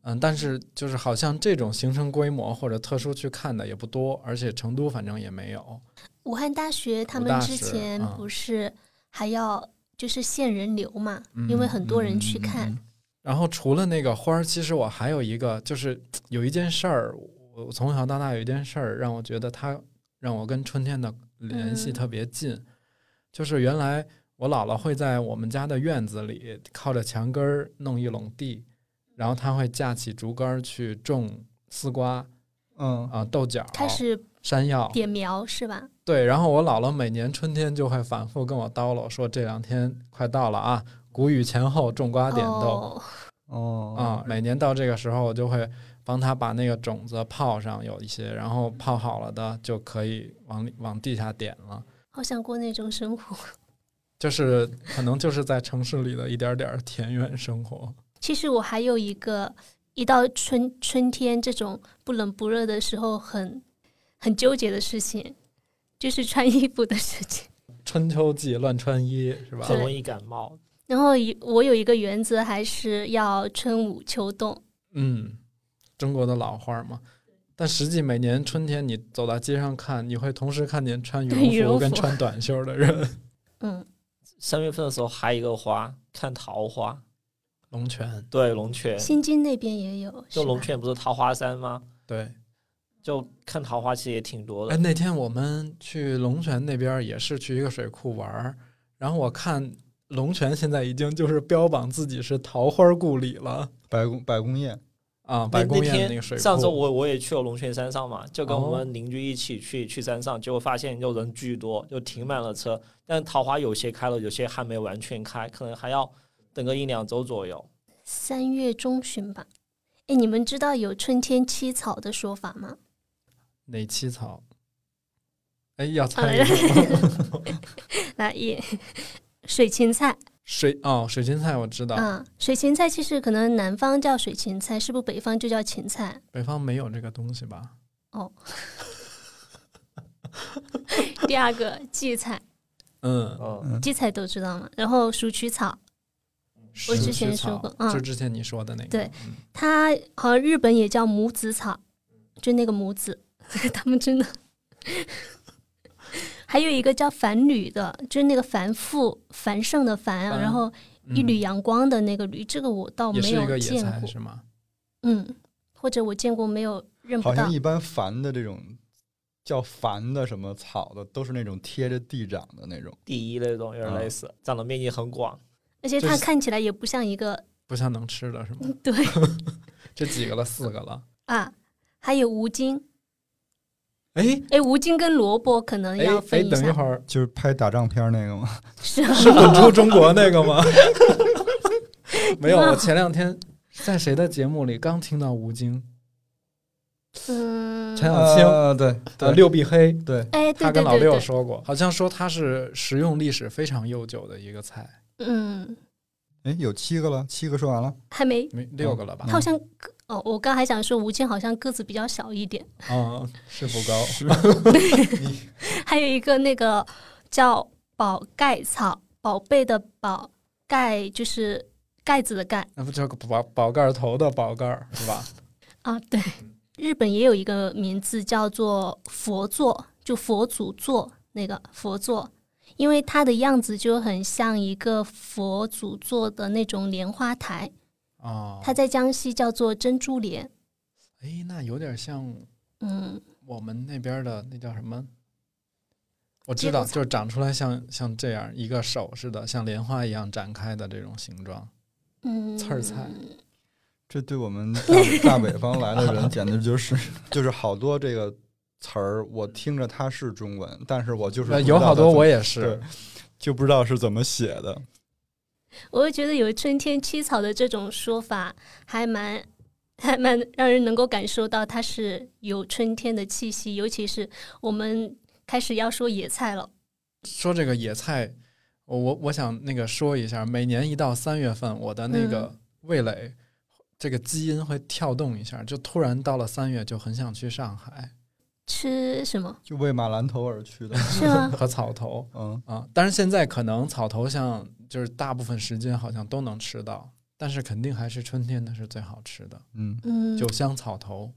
嗯，但是就是好像这种形成规模或者特殊去看的也不多，而且成都反正也没有。武汉大学他武大们之是前啊不是还要就是限人流嘛，因为很多人去看，嗯嗯嗯嗯嗯嗯然后除了那个花儿，其实我还有一个，就是嘖有一件事儿，我我从小到大有一件事儿让我觉得它让我跟春天的联系嗯特别近，就是原来我姥姥会在我们家的院子里靠着墙根儿弄一垄地，然后她会架起竹竿儿去种丝瓜嗯啊、豆角、开始山药，点苗是吧？对，然后我姥姥每年春天就会反复跟我叨唠说这两天快到了啊，谷雨前后种瓜点豆哦，哦啊、每年到这个时候我就会帮她把那个种子泡上有一些，然后泡好了的就可以往里往地下点了。好想过那种生活。 就是可能就是在城市里的一点点儿田园生活，其实我还有一个，一到春春天这种不冷不热的时候很，很纠结的事情，就是穿衣服的事情。 春秋季乱穿衣是吧？很容易感冒。然后有我有一个原则，还是要春捂秋冻。嗯，中国的老话儿嘛。但实际每年春天，你走到街上看，你会同时看见穿羽对绒羽绒服跟服穿短袖儿的人。嗯，三月份的时候还有一个花，看桃花，龙泉，对，龙泉，新津那边也有，就是龙吧泉不是桃花山吗？对。就看桃花其实也挺多哎，的，那天我们去龙泉那边儿也是去一个水库玩儿，然后我看龙泉现在已经就是标榜自己是桃花故里了白宫白宫宴，啊，那白宫那宴天个水库。上周我我也去了龙泉山上嘛，就跟我哦们邻居一起去、去山上，结果发现就人巨多，就停满了车。但桃花有些开了，有些还没完全开，可能还要等个一两周左右。三月中旬吧。哎，你们知道有春天七草的说法吗？哪七草？哎，要啊 猜一个吗来，也水芹菜。 水哦，水芹菜我知道，嗯，水芹菜其实可能南方叫水芹菜，是不是北方就叫芹菜？ 北方没有这个东西吧？第二个荠菜，嗯，嗯，荠菜都知道嘛。然后鼠曲草，我是之前吃说草过嗯就之前你说的那个，对嗯，它好像日本也叫母子草，就那个母子， 他们真的。 还有一个叫繁缕的，就是那个繁复繁盛的繁，啊繁然后一缕阳光的那个缕，这个我倒嗯也没是一有个野见菜过。是吗？嗯，或者我见过没有认不好到像。一般繁的这种叫繁的什么草的，都是那种贴着地长的那种。第一那种嗯有点类似，长的面积很广。而且就它是看起来也不像一个不像能吃的是吗？ 对这几个了，四个 了。啊。还有吴京，哎哎，吴京跟萝卜可能哎嗯要哎，分一等一下，会儿就是拍打仗片儿那个吗？是啊 是滚出中国那个吗？没有，挺好我前两天在谁的节目里刚听到吴京、嗯，陈小青、呃对呃对六必黑，对，哎，对对他跟老对六对，说过，好像说它是食用历史非常悠久的一个菜，嗯，哎，有七个了，七个说完了，还没，没六个了吧他？好像个哦，我刚还想说吴京好像个子比较小一点，嗯， 是不高。还有一个那个叫宝盖草，宝贝的宝盖就是盖子的盖那不就是个宝宝盖儿头的宝盖儿是吧？啊，对，嗯日本也有一个名字叫做佛座，就佛祖座那个佛座。因为它的样子就很像一个佛祖座的那种莲花台，哦，它在江西叫做珍珠莲。哎，那有点像嗯，我们那边的那叫什么？我接知头道，草就是长出来像像这样一个手似的，像莲花一样展开的这种形状。嗯，刺儿菜这对我们大大北方来 的人简直就是就是好多这个词儿，我听着它是中文，但是我就是呃不有知道好它多怎我么也是，就不知道是怎么写的。我就觉得有春天七草的这种说法，还蛮还蛮让人能够感受到它是有春天的气息，尤其是我们开始要说野菜了。说这个野菜，我我我想那个说一下，每年一到三月份，我的那个味蕾、这个基因会跳动一下，就突然到了三月就很想去上海吃什 么？就为马兰头而去的，是吗？和草头嗯，啊。但是现在可能草头像就是大部分时间好像都能吃到，但是肯定还是春天的是最好吃的，嗯，嗯，酒香草头。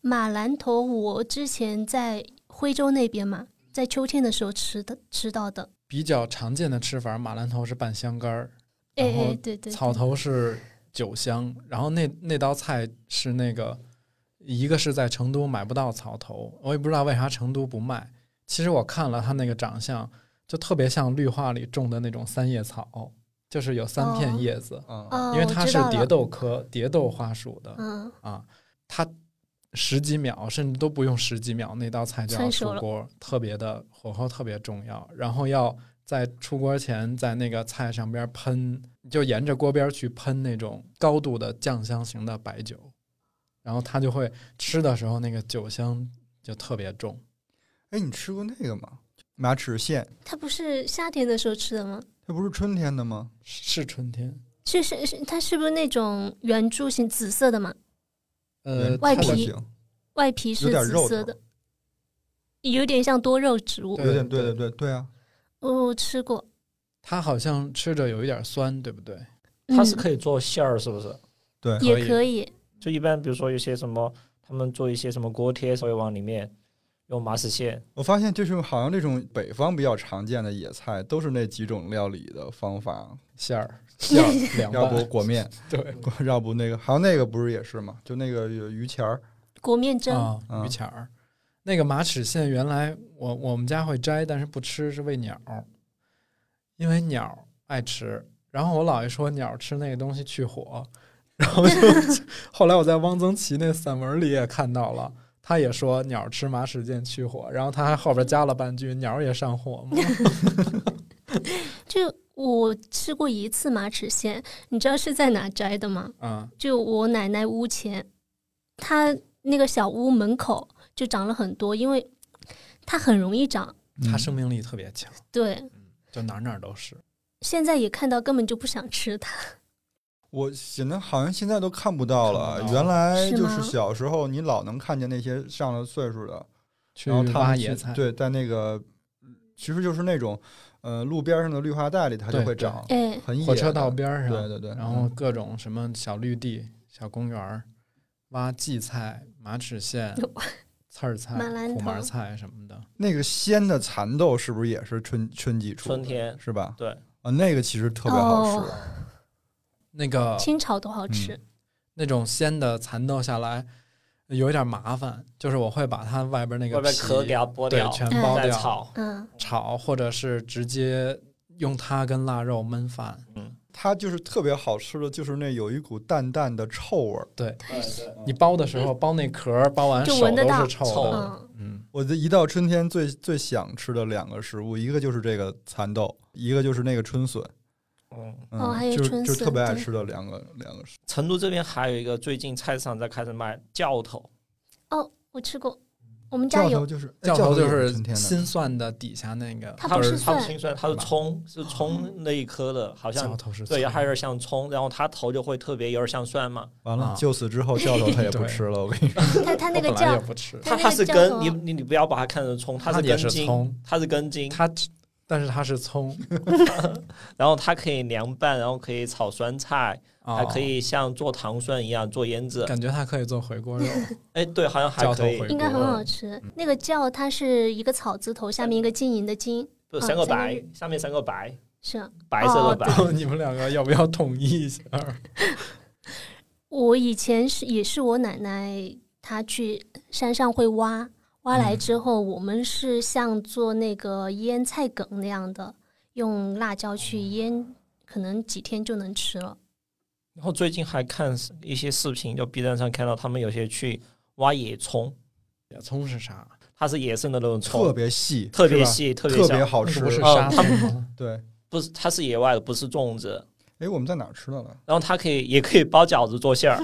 马兰头，我之前在徽州那边嘛，在秋天的时候吃的吃到的。比较常见的吃法，马兰头是拌香干儿，哎然后哎，对对，草头是酒香，然后那那道菜是那个，一个是在成都买不到草头，我也不知道为啥成都不卖。其实我看了它那个长相，就特别像绿化里种的那种三叶草，就是有三片哦叶子，啊，哦，因为我它知是道蝶了。豆科蝶豆花属的、嗯，啊，它十几秒甚至都不用十几秒，那道菜就要成熟出了锅，特别的火候特别重要，然后要在出锅前在那个菜上边喷，就沿着锅边去喷那种高度的酱香型的白酒，然后它就会吃的时候那个酒香就特别重。哎，你吃过那个吗？马齿苋，它不是夏天的时候吃的吗？它不是春天的吗？是是春天，是是是，它是不是那种圆柱形紫色的嘛？呃，外它皮的行，外皮是有点紫肉色头的，有点像多肉植物。对有点对对对对啊，我吃过，它好像吃着有一点酸，对不对？它是嗯可以做馅儿，是不是？对，以也可以，就一般比如说有些什么，他们做一些什么锅贴，会往里面用马齿苋，我发现就是好像这种北方比较常见的野菜，都是那几种料理的方法，馅儿馅儿凉要不拌，裹 面，对裹要不那个，还有那个不是也是吗？就那个有榆钱儿，裹面蒸。啊，嗯榆钱儿。那个马齿苋原来我我们家会摘，但是不吃，是喂鸟儿，因为鸟儿爱吃。然后我姥爷说鸟儿吃那个东西去火，然后就后来我在汪曾祺那散文里也看到了，他也说鸟儿吃马齿苋去火，然后他还后边加了半句鸟儿也上火嘛。就我吃过一次马齿苋，你知道是在哪摘的吗？啊，就我奶奶屋前，她那个小屋门口就长了很多，因为它很容易长。嗯嗯他生命力特别强，对，就哪儿哪儿都是。现在也看到根本就不想吃它。我显得好像现在都看不到了看，不到原来是就吗是小时候你老能看见那些上了岁数的，去然后他挖们野去菜，对，在那个其实就是那种呃路边上的绿化带里，它就对会对长，哎，很野火车的道边儿上，对对嗯对，然后各种什么小绿地、小公园儿，挖荠菜、马齿苋、刺儿菜马兰、苦麻头菜什么的。那个鲜的蚕豆是不是也是春春季出的？春天是吧？对，啊，那个其实特别好吃。哦那个清炒都嗯好吃。那种鲜的蚕豆下来有一点麻烦，就是我会把它外边那个外皮边壳给它剥对掉，全嗯剥再掉，炒。嗯，炒或者是直接用它跟腊肉焖饭。它就是特别好吃的，就是那有一股淡淡的臭味儿。对对对你剥的时候剥那壳儿，剥完就手闻得都到是臭臭的。嗯，嗯，我这一到春天最最想吃的两个食物，一个就是这个蚕豆，一个就是那个春笋。嗯，哦还有就春就笋特别爱对吃的两个两个是成都这边还有一个，最近菜市场在开始卖教头，哦，我吃过，我们家教头有就是教头就也是春天的心算的底下那个，它它不是是它不是蒜青蒜，它是葱，是葱那一颗的，好教像头是对，葱还有点像葱，然后它头就会特别有点像蒜嘛。完啊了，就此之后教头他也不对吃了。我跟 你说，它它那我个本来也酱，啊不吃，它它那它个是叫什根，么你你你不要把它看成葱，它它是也根是茎，葱，啊它是根茎，它但是它是葱，然后它可以凉拌，然后可以炒酸菜，哦还可以像做糖蒜一样做腌制。感觉它可以做回 锅肉，哎，对，好像还教头可以回，应该很锅好吃。嗯那个叫它是一个草字头，下面一个金银的金，不啊三三个个白日，下面三个白，是啊白色的哦白。你们两个要不要统一一下？我以前是也是我奶奶，她去山上会挖，挖嗯来之后，我们是像做那个腌菜梗那样的，用辣椒去腌，可能几天就能吃了。然后最近还看一些视频，就 B 站上看到他们有些去挖野葱，野葱是啥？它是野生的那种葱，特别细，特别是吧，细，特别特别香。好那吃个不。是哦沙它拉吗？ 对，不是，它是野外的，不是种植。哎，我们在哪儿吃到的？然后它可以也可以包饺子做馅儿，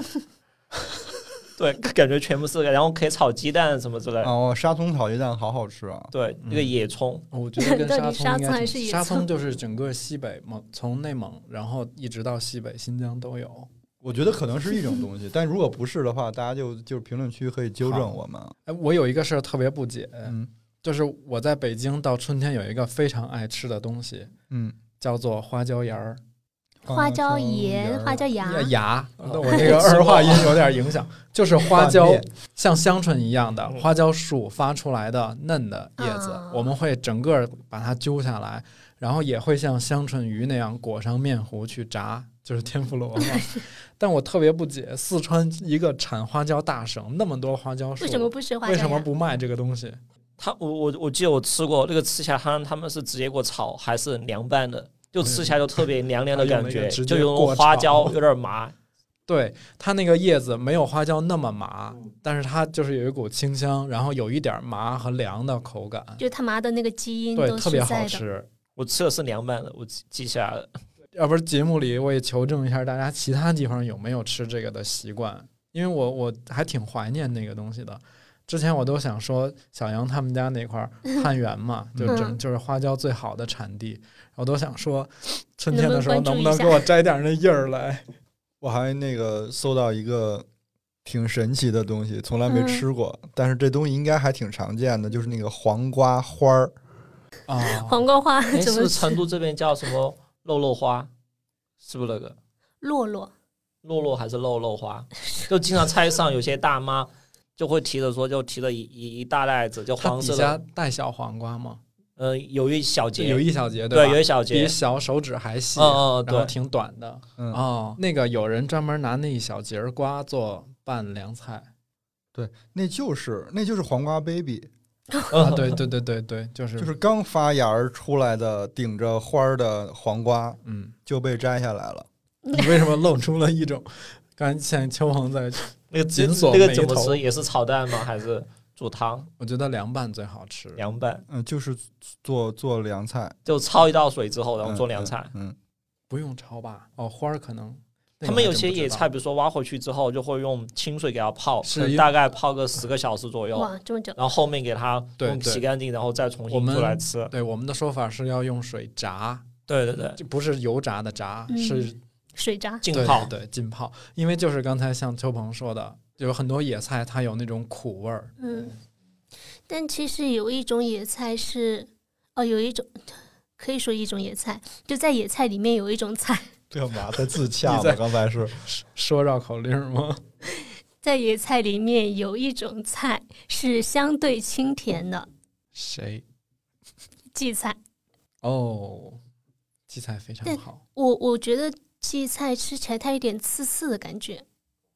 对，感觉全部是。然后可以炒鸡蛋什么之类的。哦，沙葱炒鸡蛋好好吃啊！对，那个野葱，我觉得 跟到沙底葱沙应葱还该是挺野沙葱葱就是整个西北蒙，从内蒙然后一直到西北新疆都有。我觉得可能是一种东西，但如果不是的话，大家就就是评论区可以纠正好我们啊。哎，我有一个事儿特别不解，嗯就是我在北京到春天有一个非常爱吃的东西，嗯，叫做花椒盐儿哦花椒盐、花椒芽，呀芽。那我这个儿化音有点影响，就是花 椒饭粒像香椿一样的嗯花椒树发出来的嫩的叶子啊，我们会整个把它揪下来，然后也会像香椿鱼那样裹上面糊去炸，就是天妇 罗嘛。但我特别不解，四川一个产花椒大省，那么多花椒树，为什么不吃花为椒什么芽？不卖这个东西？它我我我记得我吃过那个吃起来，好像他们是直接给我炒，还是凉拌的，就吃起来就特别凉凉的嗯它用感那个觉，直就接有那过种花炒 椒有点麻，对它那个叶子没有花椒那么麻，但是它就是有一股清香，然后有一点麻和凉的口感，就他妈的那个基因对，都是特别在好的。吃。我吃的是凉拌的，我记记下来了。要不是节目里我也求证一下大家其他地方有没有吃这个的习惯，因为我我还挺怀念那个东西的。之前我都想说小杨他们家那块儿汉源嘛，就整嗯就是花椒最好的产地，我都想说春能天不的能时候关注能不一能下给我摘点儿那叶儿 来？我还那个搜到一个挺神奇的东西，从来没吃过，但是这东西应该还挺常见的，就是那个黄瓜花儿。啊、黄瓜花哎，怎是么不是吃成？都这边叫什么肉肉花？是不是那个洛洛，肉肉还是肉肉花？就经常菜市场有些大妈就会提着说，就提着一一一大袋子，就它黄底色下的，带小黄瓜吗？呃，有一小就节，有一小节对，吧有一小节比，小手指还细，嗯嗯 嗯然后啊对挺短的。嗯，哦，那个有人专门拿那一小节儿瓜做拌凉菜对，那就是那就是黄瓜 baby，啊， 嗯对对对对对，就是就是刚发芽儿出来的顶着花儿的黄瓜嗯，就被摘下来了。你为什么露出了一种？刚才像秋红在，那个紧锁那个眉怎么头吃？也是炒蛋吗？还是煮汤我觉得凉拌最好吃。凉拌？嗯，就是做做凉菜，就焯一道水之后，然后嗯做凉菜。。嗯，嗯不用焯吧？哦，花儿可能那他个们嗯还有真些不知野道菜，比如说挖回去之后，就会用清水给它泡，是可能因为大概泡个十个小时左右。哇，这么久，然后后面给它对弄对洗干净，然后再重我新们出来吃。对我们的说法是要用水炸，对对对，这不是油炸的炸，嗯是水渣，浸对泡。对对浸泡。因为就是刚才像秋鹏说的，有很多野菜它有那种苦味儿，嗯。但其实有一种野菜是，哦，有一种 可以说一种野菜，就在野菜里面有一种菜， 这干嘛在自 洽你吗？在刚才是说绕口令儿吗？ 在野菜里面有一种菜是相对清甜的谁？荠菜。哦，荠菜非常对好。我我觉得荠菜吃起来它有点刺刺的感觉，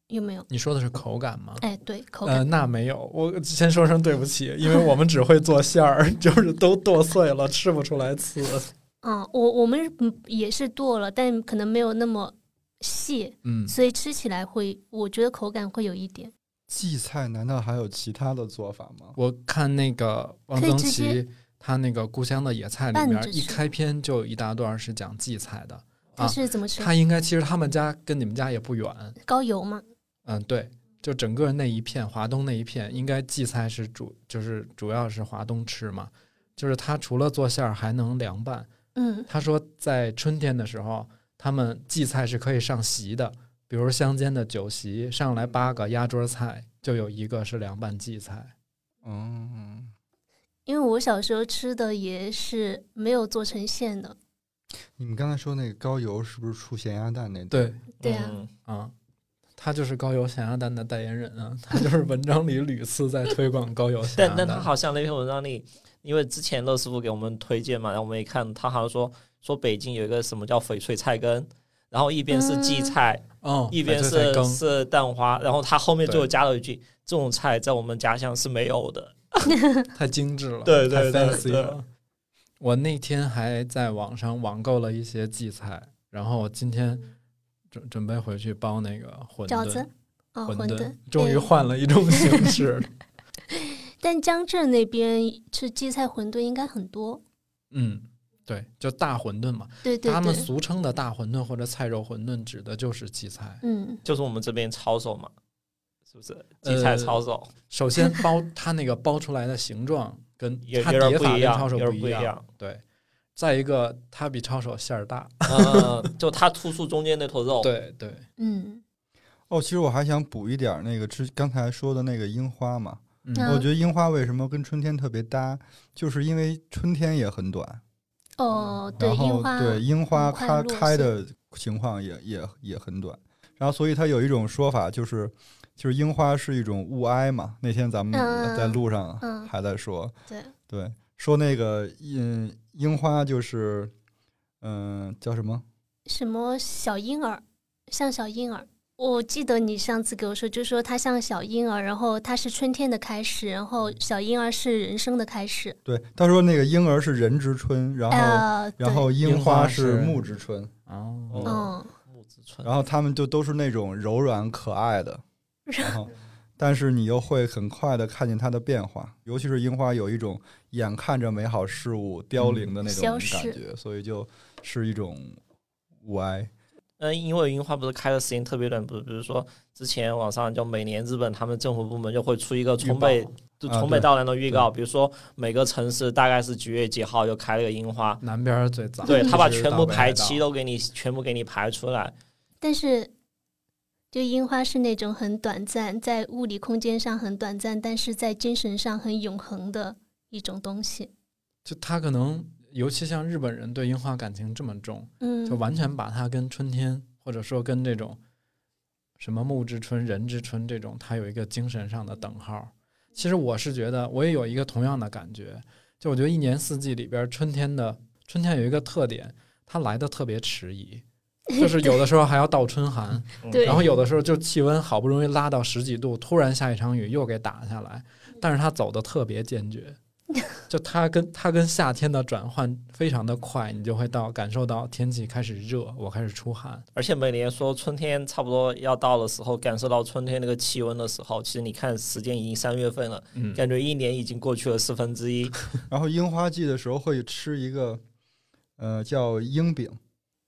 有没有？你说的是口感吗？哎，对，口呃，感。那没有，我先说声对不起，因为我们只会做馅儿， 就是都剁碎了，吃不出来 刺。呃嗯，我我们嗯也是剁了，但可能没有那么细，嗯，所以吃起来会，我觉得口感会有一点。荠菜，难道还有其他的做法吗？我看那个王可以增直接奇他那个《故乡的野菜》里拌面着一吃开篇就有一大段是讲荠菜的，它是怎么吃？啊它应该其实他们家跟你们家也不远，高油吗？嗯，对，就整个那一片华东那一片，应该荠菜是主，就是主要是华东吃嘛，就是它除了做馅儿还能凉拌。嗯，他说在春天的时候，他们荠菜是可以上席的，比如乡间的酒席，上来八个压桌菜，就有一个是凉拌荠菜。嗯，因为我小时候吃的也是没有做成馅的，你们刚才说那个高油是不是出咸鸭蛋那？，对，对啊嗯啊、他就是高邮咸鸭蛋的代言人啊，他就是文章里屡次在推广高邮咸但鸭蛋。但他好像那篇文章里，因为之前乐师傅给我们推荐嘛，然后我们也看他好像说说北京有一个什么叫翡翠菜根，然后一边是荠菜，哦，一边翡翠菜是羹是蛋花，然后他后面对最后加了一句：这种菜在我们家乡是没有的。太精致了，对太对对 fancy 了。我那天还在网上网购了一些荠菜，然后我今天准准备回去包那个馄饨。饺子啊，馄馄饨。终于对换了一 种形式。但江浙那边吃荠菜馄饨应该很多，嗯，对，就大馄饨嘛，对对他们对，俗称的大馄饨或者菜肉馄饨，指的就是荠菜。嗯，就是我们这边抄手嘛，是不是？呃荠菜抄手、首先 包它那个包出来的形状跟有它有点叠不法一跟样，抄手有点一 一样。对，再一个它比抄手馅儿大。嗯，就它突出中间那坨肉。，对对，嗯，哦，其实我还想补一点儿那个之刚才说的那个樱花嘛，嗯我觉得樱花为什么跟春天特别搭，就是因为春天也很短，哦，对，然樱后花，对樱花很快它落开的情况也也也很短，然后所以它有一种说法就是，就是樱花是一种物哀嘛。那天咱们嗯在路上嗯还在说，对，对，说那个嗯樱花就是嗯、叫什么？什么小婴儿，像小婴儿。我记得你上次给我说，就说它像小婴儿，然后它是春天的开始，然后嗯小婴儿是人生的开始。对，他说那个婴儿是人之春，然后、呃，对然，后樱樱花花是是木之春，哦，嗯，木子春然后他们就都是那种柔软可 爱的，然后但是你又会很快的看见它的变化，尤其是樱花有一种眼看着美好事物凋零的那种消感逝觉，所以就是一种无哀。嗯，因为樱花不是开的时间特别短，不是比如说之前网上就每年日本他们政府部门就会出一个从预北报就啊从北对到南的预告，比如说每个城市大概是几月几号就开了个樱花，南边儿最早，对他把就是全大部北排海道期都给你全部给你排出来，但是就樱花是那种很短暂，在物理空间上很短暂，但是在精神上很永恒的一种东西。就他可能，尤其像日本人对樱花感情这么重，嗯，就完全把它跟春天，或者说跟这种什么木之春、人之春这种，它有一个精神上的等号。其实我是觉得，我也有一个同样的感觉，就我觉得一年四季里边，春天的春天有一个特点，它来的特别迟疑，就是有的时候还要倒春寒，对，然后有的时候就气温好不容易拉到十几度，突然下一场雨又给打下来，但是他走的特别坚决，就他跟他跟夏天的转换非常的快，你就会到感受到天气开始热，我开始出汗，而且每年说春天差不多要到的时候，感受到春天那个气温的时候，其实你看时间已经三月份了，嗯，感觉一年已经过去了四分 之一。然后樱花季的时候会吃一个，呃，叫樱饼，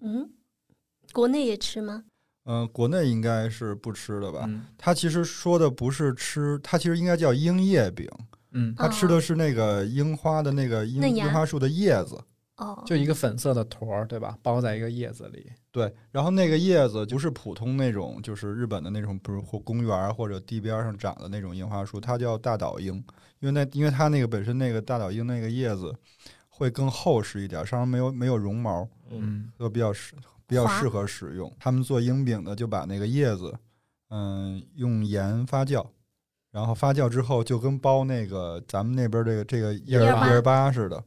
嗯，国内也吃吗？嗯、国内应该是不吃的吧？嗯它其实说的不是吃，它其实应该叫樱叶饼，嗯，它吃哦的是那个樱花的那个樱嫩芽樱花树的叶子。哦，就一个粉色的坨儿，对吧？包在一个叶子里，对，然后那个叶子不是普通那种，就是日本的那种，比如或公园儿或者地边儿上长的那种樱花树，它叫大岛樱，因为那因为它那个本身那个大岛樱那个叶子会更厚实一点，上面没有没有绒毛，嗯，都比较适比较滑适合使用。他们做樱饼的就把那个叶子，嗯，用盐发酵，然后发酵之后就跟包那个咱们那边儿这个这个叶叶儿儿粑叶儿粑似的，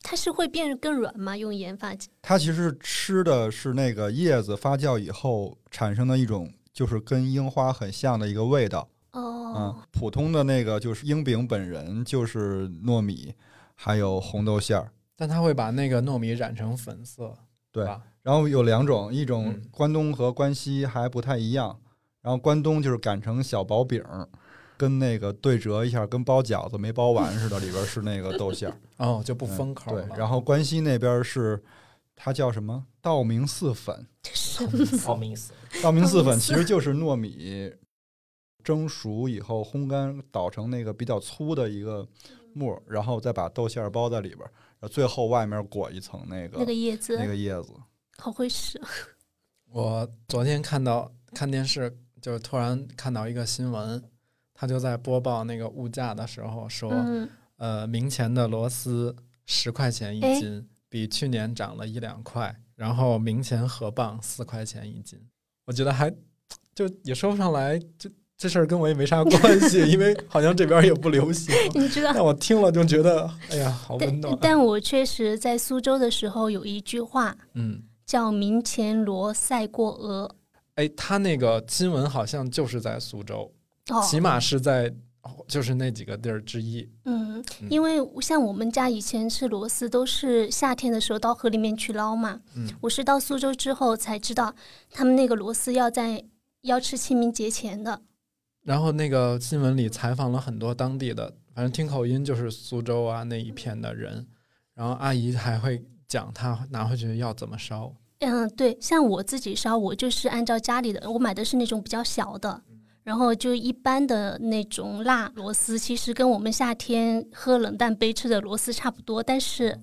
它是会变得更软吗？用盐发酵？它其实是吃的是那个叶子发酵以后产生的一种，就是跟樱花很像的一个味道啊、哦，嗯普通的那个就是樱饼本人就是糯米，还有红豆馅儿。但他会把那个糯米染成粉色，对吧？然后有两种，一种嗯关东和关西还不太一样。然后关东就是擀成小薄饼儿，跟那个对折一下，跟包饺子没包完似的，里边是那个豆馅儿。哦，就不 嗯封口对了。，然后关西那边是它叫什么？道明寺粉。这什么？好意思。道明寺道粉明其实就是糯米蒸熟以后烘干捣成那个比较粗的一个嗯沫儿，然后再把豆馅儿包在里边儿，然后最后外面裹一层那个那个叶子，那个叶子。好会使。我昨天看到看电视，就突然看到一个新闻，他就在播报那个物价的时候说， 嗯，呃，明前的螺丝十块钱一哎斤，比去年涨了一两块，然后明前河蚌四块钱一斤，我觉得还就也说不上来，这这事儿跟我也没啥关 系，因为好像这边儿也不流行。你知道但我听了就觉得，哎呀，好温但暖。但我确实在苏州的时候有一句话嗯，叫“明前罗塞过鹅哎，他那个新闻好像就是在苏州，”。哦，起码是在就是那几个地儿之一。嗯嗯，因为像我们家以前吃螺丝都是夏天的时候到河里面去捞嘛。嗯我是到苏州之后才知道，他们那个螺丝要在要吃清明节前的。然后那个新闻里采访了很多当地的，反正听口音就是苏州啊那一片的人。然后阿姨还会讲她拿回去要怎么烧。嗯，对，像我自己烧，我就是按照家里的，我买的是那种比较小的，嗯然后就一般的那种辣螺丝，其实跟我们夏天喝冷淡杯吃的螺丝差不多，但嗯是。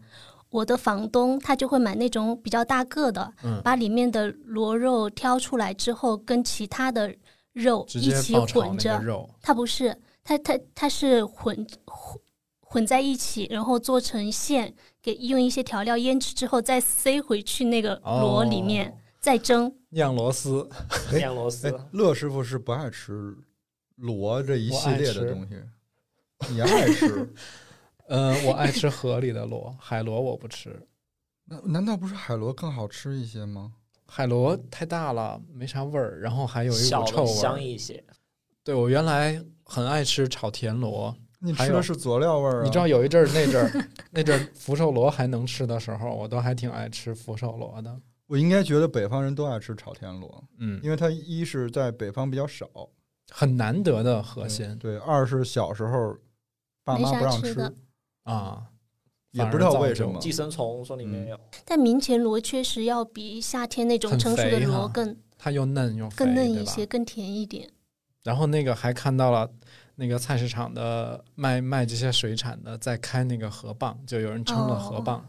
我的房东他就会买那种比较大个的，嗯把里面的螺肉挑出来之后，跟其他的肉直一接起爆炒混那着个，肉，它不是，它它它是混混混在一起，然后做成馅，给用一些调料腌制之后，再塞回去那个螺里面、哦再蒸。酿螺丝。哎酿螺哎丝，，乐师傅是不爱吃螺这一我系爱列的吃东西，你爱吃？ 嗯、我爱吃河里的螺，海螺我不吃，那难道不是海螺更好吃一些吗？海螺太大了，没啥味儿，然后还有一小股臭的味香儿。一些。对我原来很爱吃炒田螺，你还吃有的是佐料味儿啊！你知道有一阵儿那阵 儿那阵儿福寿螺还能吃的时候，我都还挺爱吃福寿螺的。我应该觉得北方人都爱吃炒田螺，嗯，因为它一是在北方比较少，很难得的河对鲜对，二是小时候爸没妈啥不让吃的啊，也反不而知道造为什就么。寄生虫说里面嗯有，但明前螺确实要比夏天那种很成熟的肥螺哈更它又嫩又肥，更嫩对一吧些，。更甜一点。然后那个还看到了那个菜市场的卖卖这些水产的在开那个河蚌，就有人称了河蚌。哦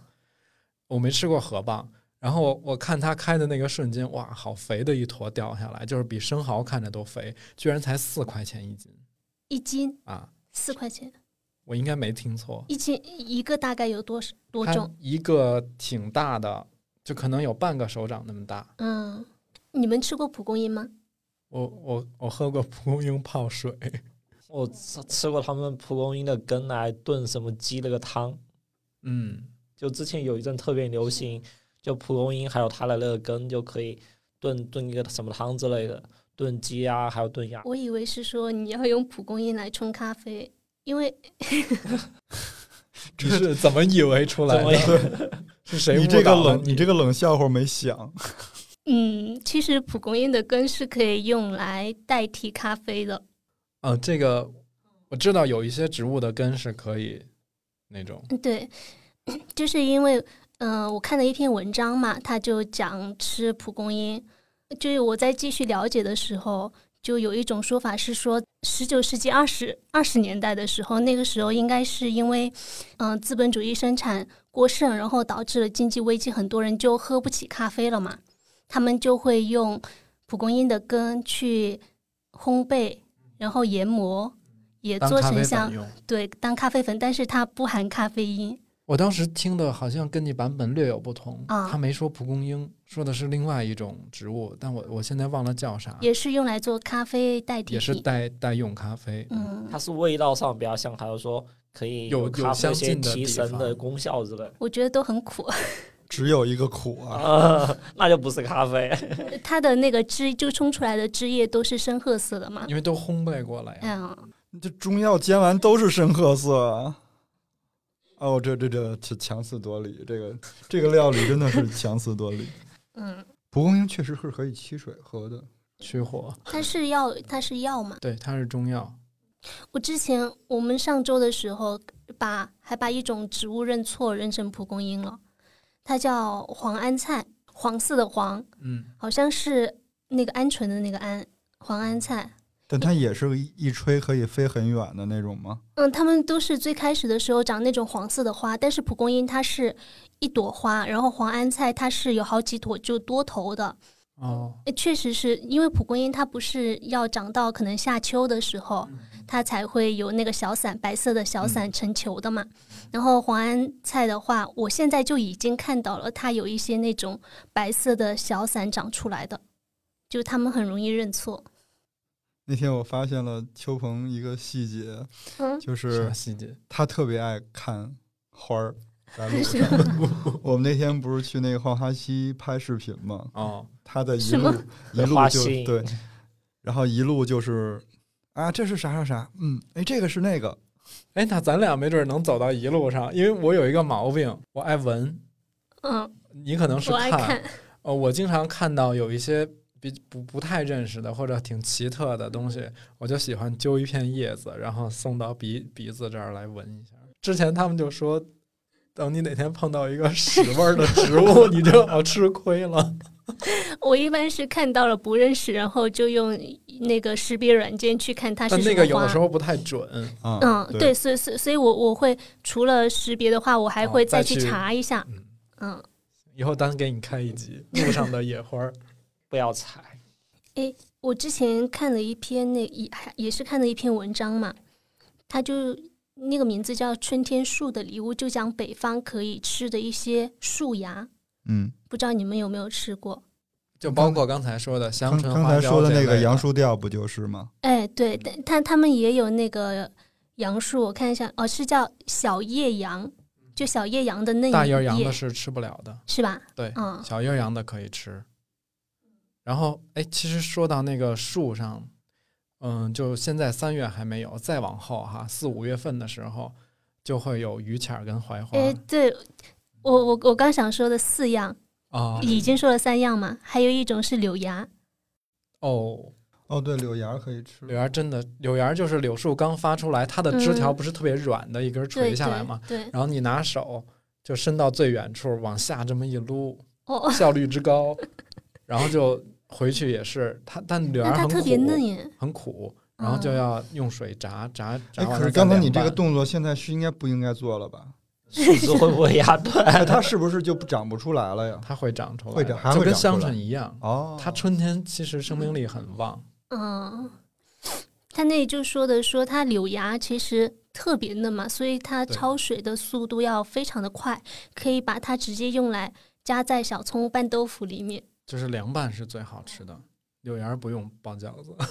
我没吃过河蚌，然后我我看他开的那个瞬间，哇，好肥的一坨掉下来，就是比生蚝看着都肥，居然才四块钱一斤一斤啊！四块钱，我应该没听错，一斤一个大概有多少多它重？一个挺大的，就可能有半个手掌那么大。嗯，你们吃过蒲公英吗？我我我喝过蒲公英泡水，我吃吃过他们蒲公英的根来炖什么鸡那个汤， 嗯，就之前有一阵特别流行，就蒲公英还有它的那个根就可以炖炖一个什么汤之类的，炖鸡啊，还有炖鸭。我以为是说你要用蒲公英来冲咖啡，因为这是怎么以为出来怎么的？也 是谁你这误个导了冷，你这个冷笑话没想，嗯，其实蒲公英的根是可以用来代替咖啡的。呃，这个我知道有一些植物的根是可以那种，嗯对， 就是因为嗯、呃我看了一篇文章嘛，他就讲吃蒲公英。就是我在继续了解的时候，就有一种说法是说，十九世纪二十二十年代的时候，那个时候应该是因为嗯、呃资本主义生产过剩，然后导致了经济危机，很多人就喝不起咖啡了嘛，他们就会用蒲公英的根去烘焙，然后研磨，也当哎做咖成啡像粉用。对，当咖啡粉，但是它不含咖啡因。我当时听的好像跟你版本略有不同，啊他没说蒲公英，说的是另外一种植物，但我我现在忘了叫啥，也是用来做咖啡代替啊也是品。代代用咖啡。嗯，它是味道上比较像，还有说可以有咖啡有相一些近的提神地的方功效之类的。我觉得都很苦， 只有一个苦啊！啊， 那就不是咖啡。 它的那个汁就冲出来的汁液都是深褐色的嘛。因为都烘焙过了呀，嗯，这中药煎完都是深褐色啊！哦，这这这这强词夺理，这个这个料理真的是强词夺理。嗯，蒲公英确实是可以沏水喝的，去火，它是药，它是药嘛。对，它是中药，我之前我们上周的时候把还把一种植物认错认成蒲公英了，它叫黄安菜，黄色的黄，嗯，好像是那个鹌鹑的那个鹌，黄安菜。但它也是一一吹可以飞很远的那种吗？嗯，它们都是最开始的时候长那种黄色的花，但是蒲公英它是一朵花，然后黄安菜它是有好几朵，就多头的。哦，诶确实是因为蒲公英它不是要长到可能夏秋的时候，嗯它才会有那个小伞，白色的小伞成球的嘛。然后黄安菜的话，我现在就已经看到了它有一些那种白色的小伞长出来的，就它们很容易认错。那天我发现了秋鹏一个细节，嗯，就是啥细节，他特别爱看花儿。在路上 我们那天不是去那个浣花溪拍视频吗？哦，他的一是路吗 一路花就溪对，然后一路就是啊，这是啥啥啥，嗯，哎，这个是那个，哎，那咱俩没准能走到一路上，因为我有一个毛病，我爱闻，嗯，你可能是我爱看，呃，我经常看到有一些比不不太认识的或者挺奇特的东西，我就喜欢揪一片叶子，然后送到鼻鼻子这儿来闻一下。之前他们就说，等你哪天碰到一个屎味儿的植物， 你就要吃亏了。我一般是看到了不认识，然后就用那个识别软件去看它是但什那么个有的花时候不太准。啊，嗯，对对，所以所以所以我我会除了识别的话，我还哦会再再去去查一下。嗯，嗯，以后单给你开一集路上的野花儿。不要踩。我之前看了一篇那也也是看了一篇文章嘛，它就那个名字叫《春天树的礼物》，就讲北方可以吃的一些树芽，嗯，不知道你们有没有吃过？就包括刚才说的香刚椿刚花才椒说的这那个类杨树调不就是吗？哎，对，但他他们也有那个杨树，我看一下，哦，是叫小叶杨，就小叶杨的嫩大叶儿杨叶的是吃不了的，是吧？对，啊嗯，小叶儿杨的可以吃。然后，哎，其实说到那个树上，嗯，就现在三月还没有，再往后哈，四五月份的时候就会有榆钱儿跟槐花哎，对我我我刚想说的四样。啊、已经说了三样嘛，还有一种是柳芽，哦，哦，对，柳芽可以吃，柳芽真的，柳芽就是柳树刚发出来，它的枝条嗯不是特别软的，一根儿对垂下来嘛，？对，对然后你拿手就伸到最远处，往下这么一撸， 哦，效率之高，然后就回去也是它，但柳那芽它很特别苦嫩嗯耶。很苦，然后 就要用水炸炸炸哎，完了可是再刚才凉你这个拌动作现在是应该不应该做了吧？树枝会不会压呃哎， 断？它是不是就长不出来了呀？它会长出来的，会长还就会跟长出香来椿一样，哦，它春天其实生命力很旺。嗯，他那里就说的说它柳芽其实特别嫩嘛，所以它对焯水的速度要非常的快，可以把它直接用来加在小葱拌豆腐里面。就是凉拌是最好吃的，柳芽儿不用包饺子。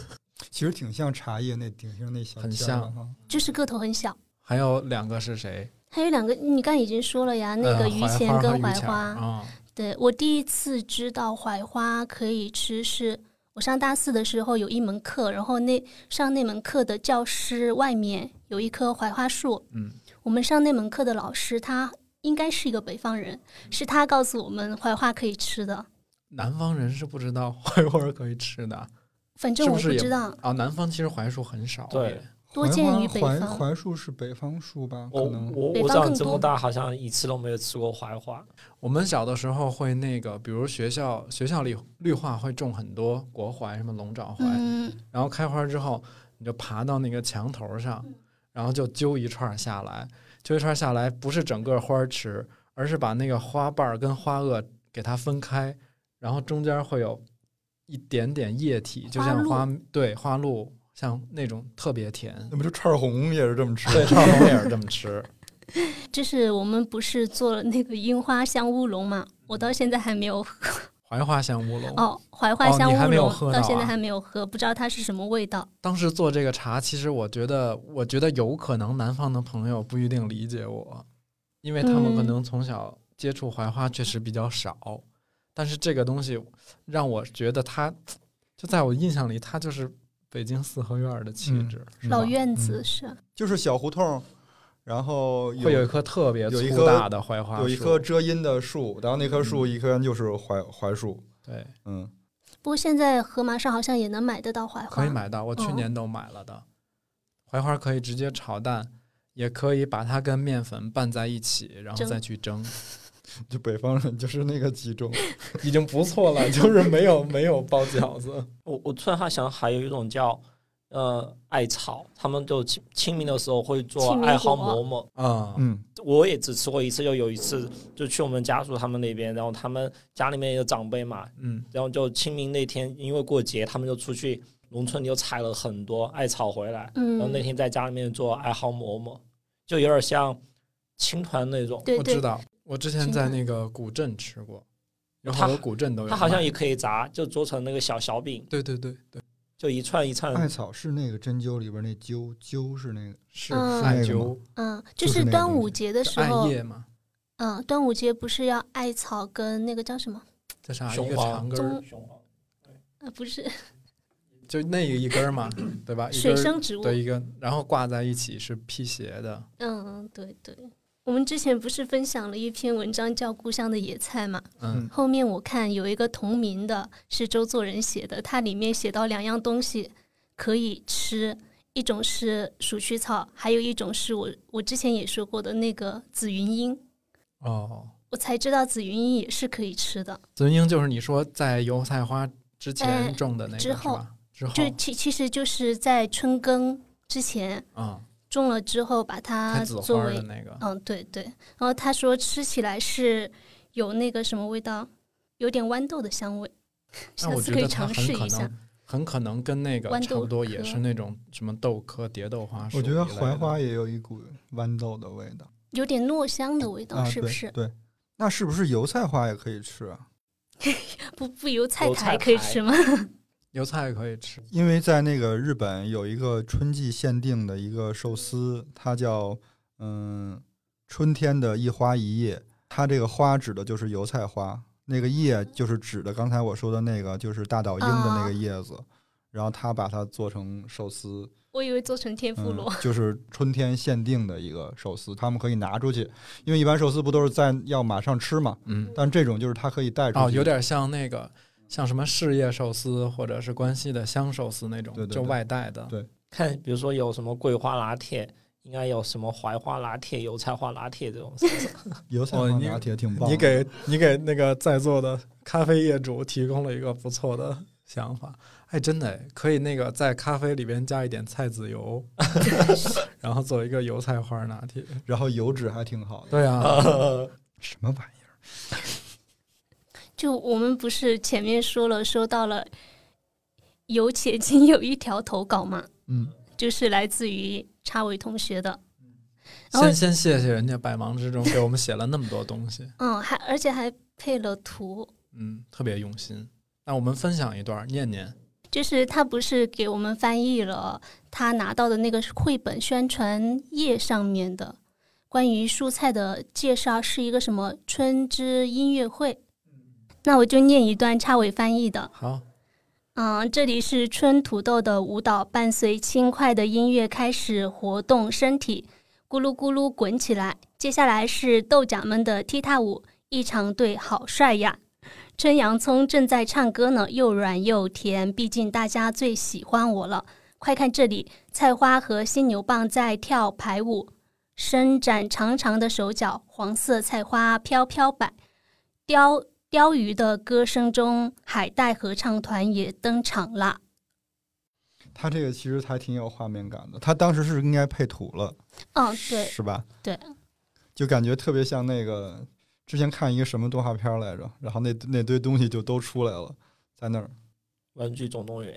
其实挺像茶叶那顶上那小很尖儿像的哈就是个头很小。还有两个是谁？还有两个，你刚才已经说了呀，那呃个榆槐花钱儿和跟榆槐钱儿啊，对我第一次知道槐花可以吃是，我上大四的时候有一门课，然后那上那门课的教室外面有一棵槐花树。嗯，我们上那门课的老师他应该是一个北方人，是他告诉我们槐花可以吃的。南方人是不知道槐花儿可以吃的反正是我不是也知道，啊。南方其实槐树很少，对，多槐见花于北槐方。槐树是北方树吧？我哦可能我北我方长更这多么大，好像一次都没有吃过槐花。我们小的时候会那个，比如学校学校里绿化会种很多国槐，什么龙爪槐，嗯，然后开花之后，你就爬到那个墙头上，嗯然后就揪一串儿下来，揪一串儿下来，不是整个花儿吃，而是把那个花瓣儿跟花萼给它分开，然后中间会有一点点液体，就像花花对花露，像那种特别甜嗯那。不就串红也是这么吃？对，串红也是这么吃。就是我们不是做了那个樱花香乌龙嘛？我到现在还没有喝槐花香乌龙，哦，槐花哦香你还乌没有龙、喝到到现在啊还没有喝，不知道它是什么味道。当时做这个茶，其实我觉得，我觉得有可能南方的朋友不一定理解我，因为他嗯们可能从小接触槐花确实比较少，但是这个东西让我觉得它，就在我印象里，它就是北京四合院的气嗯质，是吧老院子嗯是。 就是小胡同，然后会有有一棵特别有一粗棵大的槐花树，有一棵遮阴的树，然后那棵树一棵就是槐槐树，对，嗯，不过现在盒马上好像也能买得到槐花，可以买到，我去哦年都买了的。槐花可以直接炒蛋，也可以把它跟面粉拌在一起，然后蒸再去蒸。就北方人就是那个集中， 已经不错了，就是没有没有包饺子。我我突然还想，还有一种叫呃艾草，他们就清清明的时候会做清明艾蒿果馍馍，啊、嗯，我也只吃过一次，就有一次就去我们家属他们那边，然后他们家里面有长辈嘛，嗯，然后就清明那天因为过节，他们就出去农村里又采了很多艾草回来，然哦后那嗯，天在家里面做艾蒿馍馍，就有点像青团那种，对我对知，道，我之前青在团那个古镇吃过，有它好多古镇都有卖。它好像也可以炸，就做成那个小小饼，对对对对，就一串一串。哎艾草是那个针灸里边那灸，灸是那个是嗯艾是那个灸吗、嗯，就就是是那个端东午西节的时艾候，叶嘛，嗯，端午节不是要艾草跟那个叫什么？叫啥雄一个黄长根儿，啊棕雄黄呃，不是就那一根儿嘛，对吧？啊一根水儿生植物，对一个，然后挂在一起是辟邪的。嗯，对对，我们之前不是分享了一篇文章叫《故乡的野菜》嘛？嗯，后面我看有一个同名的，是周作人写的，它里面写到两样东西可以吃，一种是鼠曲草，还有一种是我我之前也说过的那个紫云英。哦，我才知道紫云英也是可以吃的，紫云英就是你说在油菜花之哎前种的那个、之后是吧？之后就其其实就是在春耕之前啊，种了之后，把它开紫啊作花为的那个，嗯，对对。然后他说吃起来是有那个什么味道，有点豌豆的香味，下那我次觉可以得它尝很试可一下能。很可能跟那个豌差豆不多，也壳是那种什么豆科、蝶豆花属我一类觉的。得槐花也有一股豌豆的味道有点糯香嗯的味道，啊，哦是不对是？对，那是不是油菜花也可以吃啊？不不油菜油苔菜可以苔吃吗？ 油菜可以吃，因为在那个日本有一个春季限定的一个寿司，它叫嗯春天的一花一叶，它这个花指的就是油菜花，那个叶就是指的刚才我说的那个就是大岛樱的那啊个叶子，然后它把它做成寿司，我以为做成天妇嗯罗。，就是春天限定的一个寿司，他们可以拿出去，因为一般寿司不都是在要马上吃嘛，嗯，但这种就是它可以带出去，哦，有点像那个，像什么事业寿司或者是关西的香寿司那种，对对就对外带的。对看，比如说有什么桂花拿铁，应该有什么槐花拿铁、油菜花拿铁 这种是不是。油菜哦花你拿铁挺棒的，你给你给那个在座的咖啡业主提供了一个不错的想法，哎，真的哎可以那个在咖啡里边加一点菜 籽油，然后做一个油菜花拿铁。然后油脂还挺好的，对啊，什么玩意儿？就我们不是前面说了，收到了有且仅有一条投稿嘛，嗯。就是来自于插尾同学的。然后先先谢谢人家百忙之中给我们写了那么多东西，嗯，还而且还配了图，嗯，特别用心。那我们分享一段，念念。就是他不是给我们翻译了他拿到的那个绘本宣传页上面的关于蔬菜的介绍，是一个什么春之音乐会。那我就念一段插尾翻译的。好，嗯，这里是春土豆的舞蹈，伴随轻快的音乐开始活动身体，咕噜咕噜滚起来。接下来是豆荚们的踢踏舞，一长队，好帅呀！春洋葱正在唱歌呢，又软又甜，毕竟大家最喜欢我了。快看这里，菜花和犀牛棒在跳排舞，伸展长长的手脚，黄色菜花飘飘摆，雕鲷鱼的歌声中，海带合唱团也登场啦。他这个其实还挺有画面感的，他当时是应该配图了，嗯，对，是吧？对，就感觉特别像那个之前看一个什么动画片来着，然后那那堆东西就都出来了，在那儿。玩具总动员，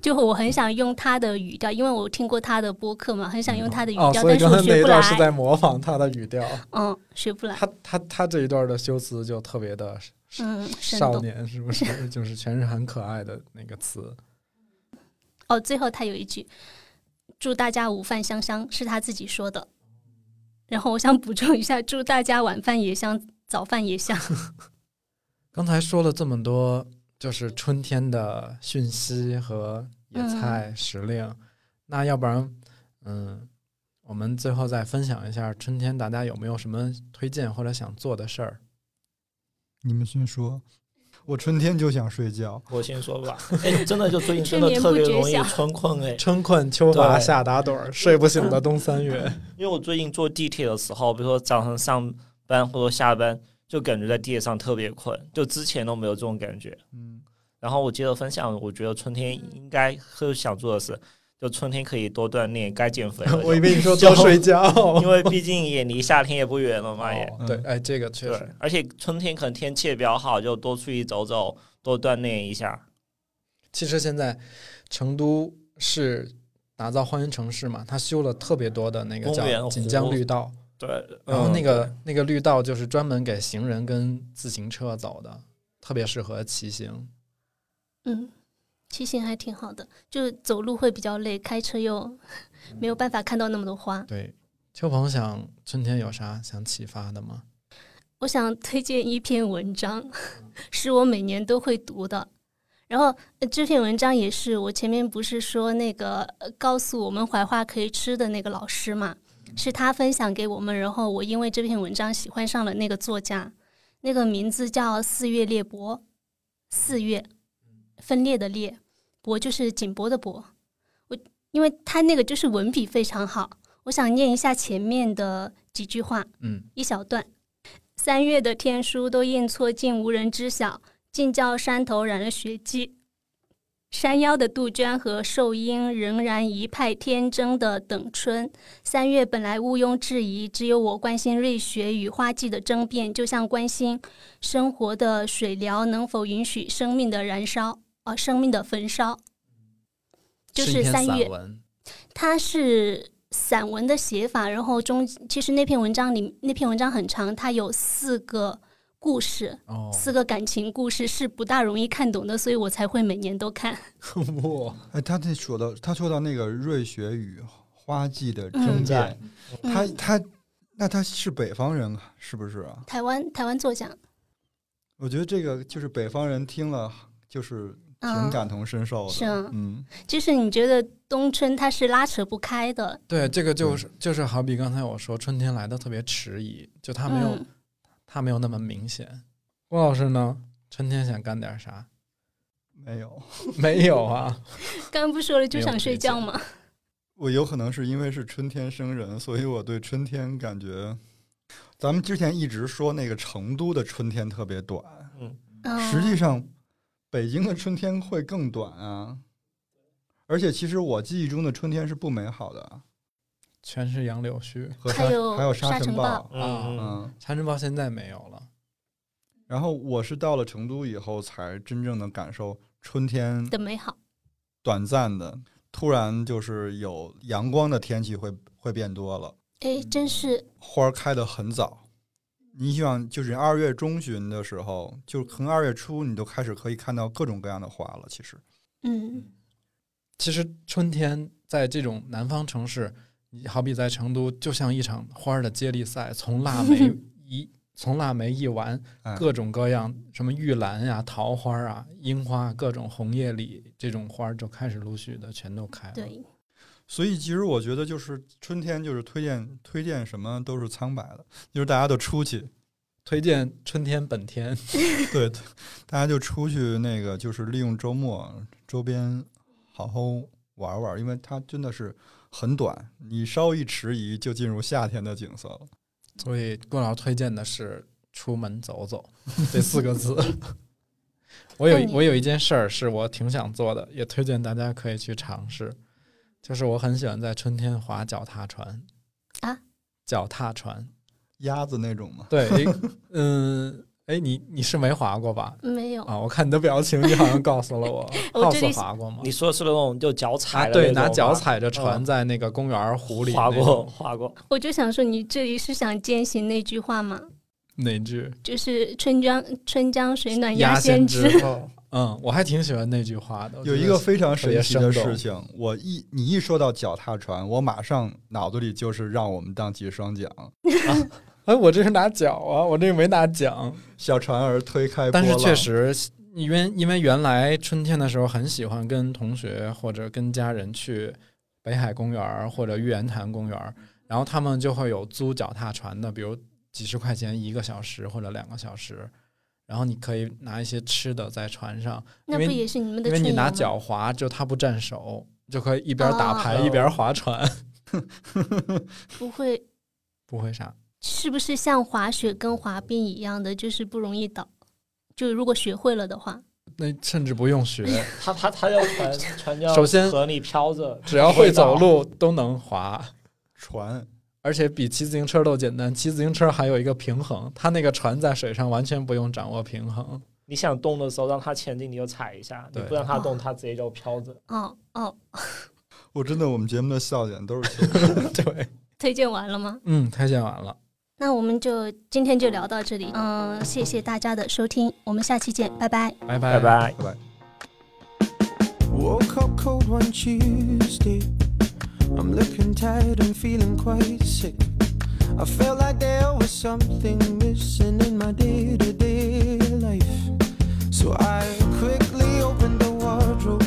就我很想用他的语调，因为我听过他的播客嘛，很想用他的语哦，调，所以但是我刚才那学一不段是来。在模仿他的语 调，嗯，学不来。他他他这一段的修辞就特别的嗯，生少动。年，是不是？ 就是全是很可爱的那个词。哦，最后他有一句：“祝大家午饭香香”，是他自己说的。然后我想补充一下：“祝大家晚饭也香，早饭也香。刚才说了这么多，就是春天的讯息和野嗯菜时令，那要不然，嗯，我们最后再分享一下春天大家有没有什么推荐或者想做的事儿？你们先说，我春天就想睡觉，我先说吧，哎，真的就最近真春的眠特别不觉容易晓春困哎，春困秋乏对夏打盹儿，睡不醒的冬 三月。因为我最近坐地铁的时候，比如说早上上班或者下班，就感觉在地铁上特别困，就之前都没有这种感觉。嗯，然后我接着分享，我觉得春天应该是想做的事，就春天可以多锻炼，该减肥 了。我以为你说多睡 觉，哦因为毕竟也离夏天也不远了嘛，也、哦对，哎，这个确对实。。而且春天可能天气也比较好，就多出去走走，多锻炼一下。其实现在成都是打造花园城市嘛，它修了特别多的那个公园叫湖锦江绿道，对，然后嗯那个、那个绿道就是专门给行人跟自行车走的，特别适合骑行。嗯，骑行还挺好的，就走路会比较累，开车又没有办法看到那么多花。对，秋鹏想春天有啥想启发的吗？我想推荐一篇文章， 是我每年都会读的。然后呃这篇文章也是我前面不是说那个呃告诉我们怀化可以吃的那个老师嘛，是他分享给我们，然后我因为这篇文章喜欢上了那个作家，那个名字叫四月裂帛，四月分裂的裂，帛就是紧帛的帛。我因为他那个就是文笔非常好，我想念一下前面的几句话。嗯，一小段。三月的天书都印错竟无人知晓，竟叫山头染了血迹。山腰的杜鹃和寿英仍然一派天真的等春。三月本来毋庸置疑，只有我关心瑞雪与花季的争辩，就像关心生活的水疗能否允许生命的燃烧，啊，生命的焚烧。就是一篇三散月文。它是散文的写法，然后中其实那篇文章里那篇文章很长，它有四个故事，哦，四个感情故事是不大容易看懂的，所以我才会每年都看。哦哇， 哎，他这说到他说到那个瑞雪与花季的嗯争辩，他嗯、他那他是北方人啊是不是啊？台湾台湾作家，我觉得这个就是北方人听了就是挺嗯，感同身受是的，啊嗯，就是你觉得冬春它是拉扯不开的，对，这个就是就是好比刚才我说春天来的特别迟疑，就啊它没有、嗯，它没有那么明显。郭老师呢，春天想干点啥？ 没有。没有啊，刚刚不说了就没有想睡推荐觉嘛，我有可能是因为是春天生人，所以我对春天感觉，咱们之前一直说那个成都的春天特别短，嗯，实际上北京的春天会更短啊。而且其实我记忆中的春天是不美好的，全是杨柳絮。和沙还有还有沙尘尘暴，嗯嗯嗯。长城包现在没有了，然后我是到了成都以后，才真正的感受春天的美好，短暂的，突然就是有阳光的天气会会变多了。哎，真是花儿开得很早。你想，就是二月中旬的时候，就可能二月初，你就开始可以看到各种各样的花了。其实，嗯其实春天在这种南方城市，你好比在成都，就像一场花儿的接力赛，从腊梅一从腊梅一完哎，各种各样什么玉兰呀、桃花啊、樱花，各种红叶李这种花儿就开始陆续的全都开了。对，所以其实我觉得，就是春天，就是推荐推荐什么都是苍白的，就是大家都出去， 推荐春天本天，对，大家就出去那个，就是利用周末周边好好玩玩，因为它真的是很短，你稍一迟疑就进入夏天的景色了。所以郭老师推荐的是出门走走 这四个字。我那有你我有一件事儿是我挺想做的，也推荐大家可以去尝试，就是我很喜欢在春天划脚踏船啊，脚踏 船，鸭子那种嘛，对，诶嗯，哎，你你是没划过吧？没有，啊，我看你的表情，你好像告诉了我，哦 我浩这子里划过吗你？说的是那种就脚啊，踩的那对，种吧、拿脚踩着船嗯在那个公园儿湖里划那过种划过，我就想说你这里是想践行那句话吗？哪句？就是春江春江水暖鸭先 知。嗯，我还挺喜欢那句话的。我有觉一得个非常特神别奇的生动事情，我一你一说到脚踏船，我马上脑子里就是让我们荡起双桨， 哎，我这是拿奖啊，我这个没拿奖。小船儿推开波但浪。是确，实，因为因为原来春天的时候很喜欢跟同学或者跟家人去北海公园儿或者玉渊潭公园儿，然后他们就会有租脚踏船的，比如几十块钱一个小时或者两个小时，然后你可以拿一些吃的在船上，那因不为也是你们的因为春你游拿吗？脚划，就它不占手，就可以一边打牌、哦一边划船， 不会不会啥。是不是像滑雪跟滑冰一样的，就是不容易倒？就如果学会了的话，那甚至不用学， 他他他要船船要首先河里飘着，只要会走路都能划，船而且比骑自行车都简单。骑自行车还有一个平衡，它那个船在水上完全不用掌握平衡。 你想动的时候让它前进，你就踩一下，你对不让它动，它直接就飘着。哦哦，我真的，我们节目的笑点都是 秋天对，推荐完了吗？嗯，推荐完了，那我们就今天就聊到这里，嗯，谢谢大家的收听，我们下期见，拜拜。拜拜拜。拜。 Woke up cold one Tuesday. I'm looking tired and feeling quite sick. I felt like there was something missing in my day to day life. So I quickly opened the wardrobe,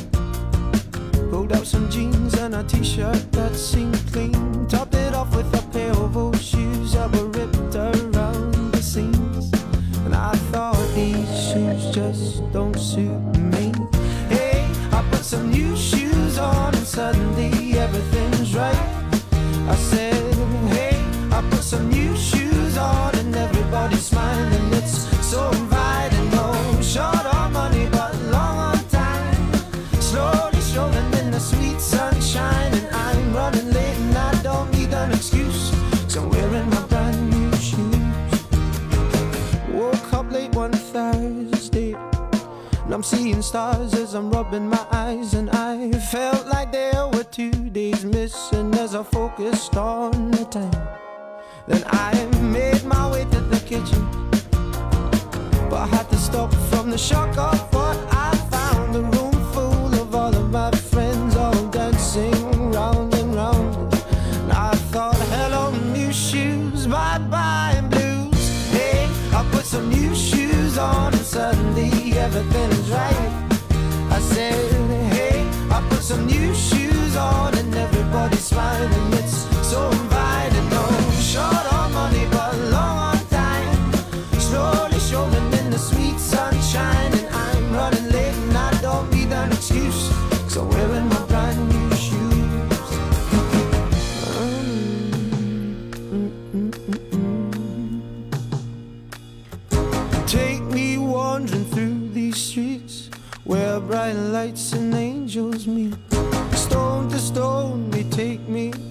pulled out some jeans and a t shirt that seemed clean. Topped it off with a pair of old shoes that were ripped around the seams. And I thought these shoes just don't suit me. Hey, I put some new shoes on and suddenly everything's right. I said, hey, I put some new shoes on and everybody's smiling. It's so inviting. No short on money, but long on time. Slowly strolling in the sweet sunshine, and I'm running late and I don't need an excuse. So I'm wearing my brand new shoes. Woke up late one Thursday. And I'm seeing stars as I'm rubbing my eyes. And I felt like there were two days missing as I focused on the time. Then I made my way to the kitchen. But I had to stop from the shock of what I found. A room full of all of my friends all dancing round and round. And I thought, hello, new shoes, bye bye, blues. Hey, I put some new shoes on and suddenly everything's right. I said, hey, I put some new shoes on and everybody's smiling. It's so inviting. No short on money, but long on time. Slowly showing in the sweet sunshine, and I'm running late and I don't need an excuse. So I'm wearing my brand new shoes. Take me wandering through these streets where bright lights and angels meet. Stone to stone, they take me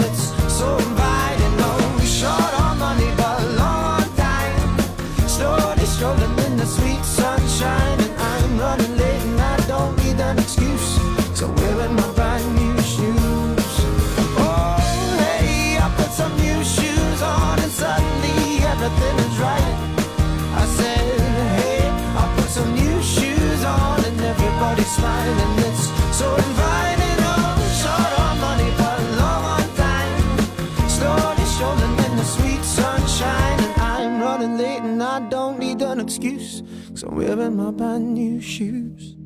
It's so inviting. Oh, No short on money, but long on time. Slowly strolling in the sweet sunshine, and I'm running late and I don't need an excuse. So wearing my brand new shoes. Oh, hey, I put some new shoes on and suddenly everything is right. I said, hey, I put some new shoes on and everybody's smiling. It's so inviting. Oh, short on money, but long on time. Slowly strolling in the sweet sunshine, and I'm running late and I don't need an excuse. Cause I'm wearing my brand new shoes.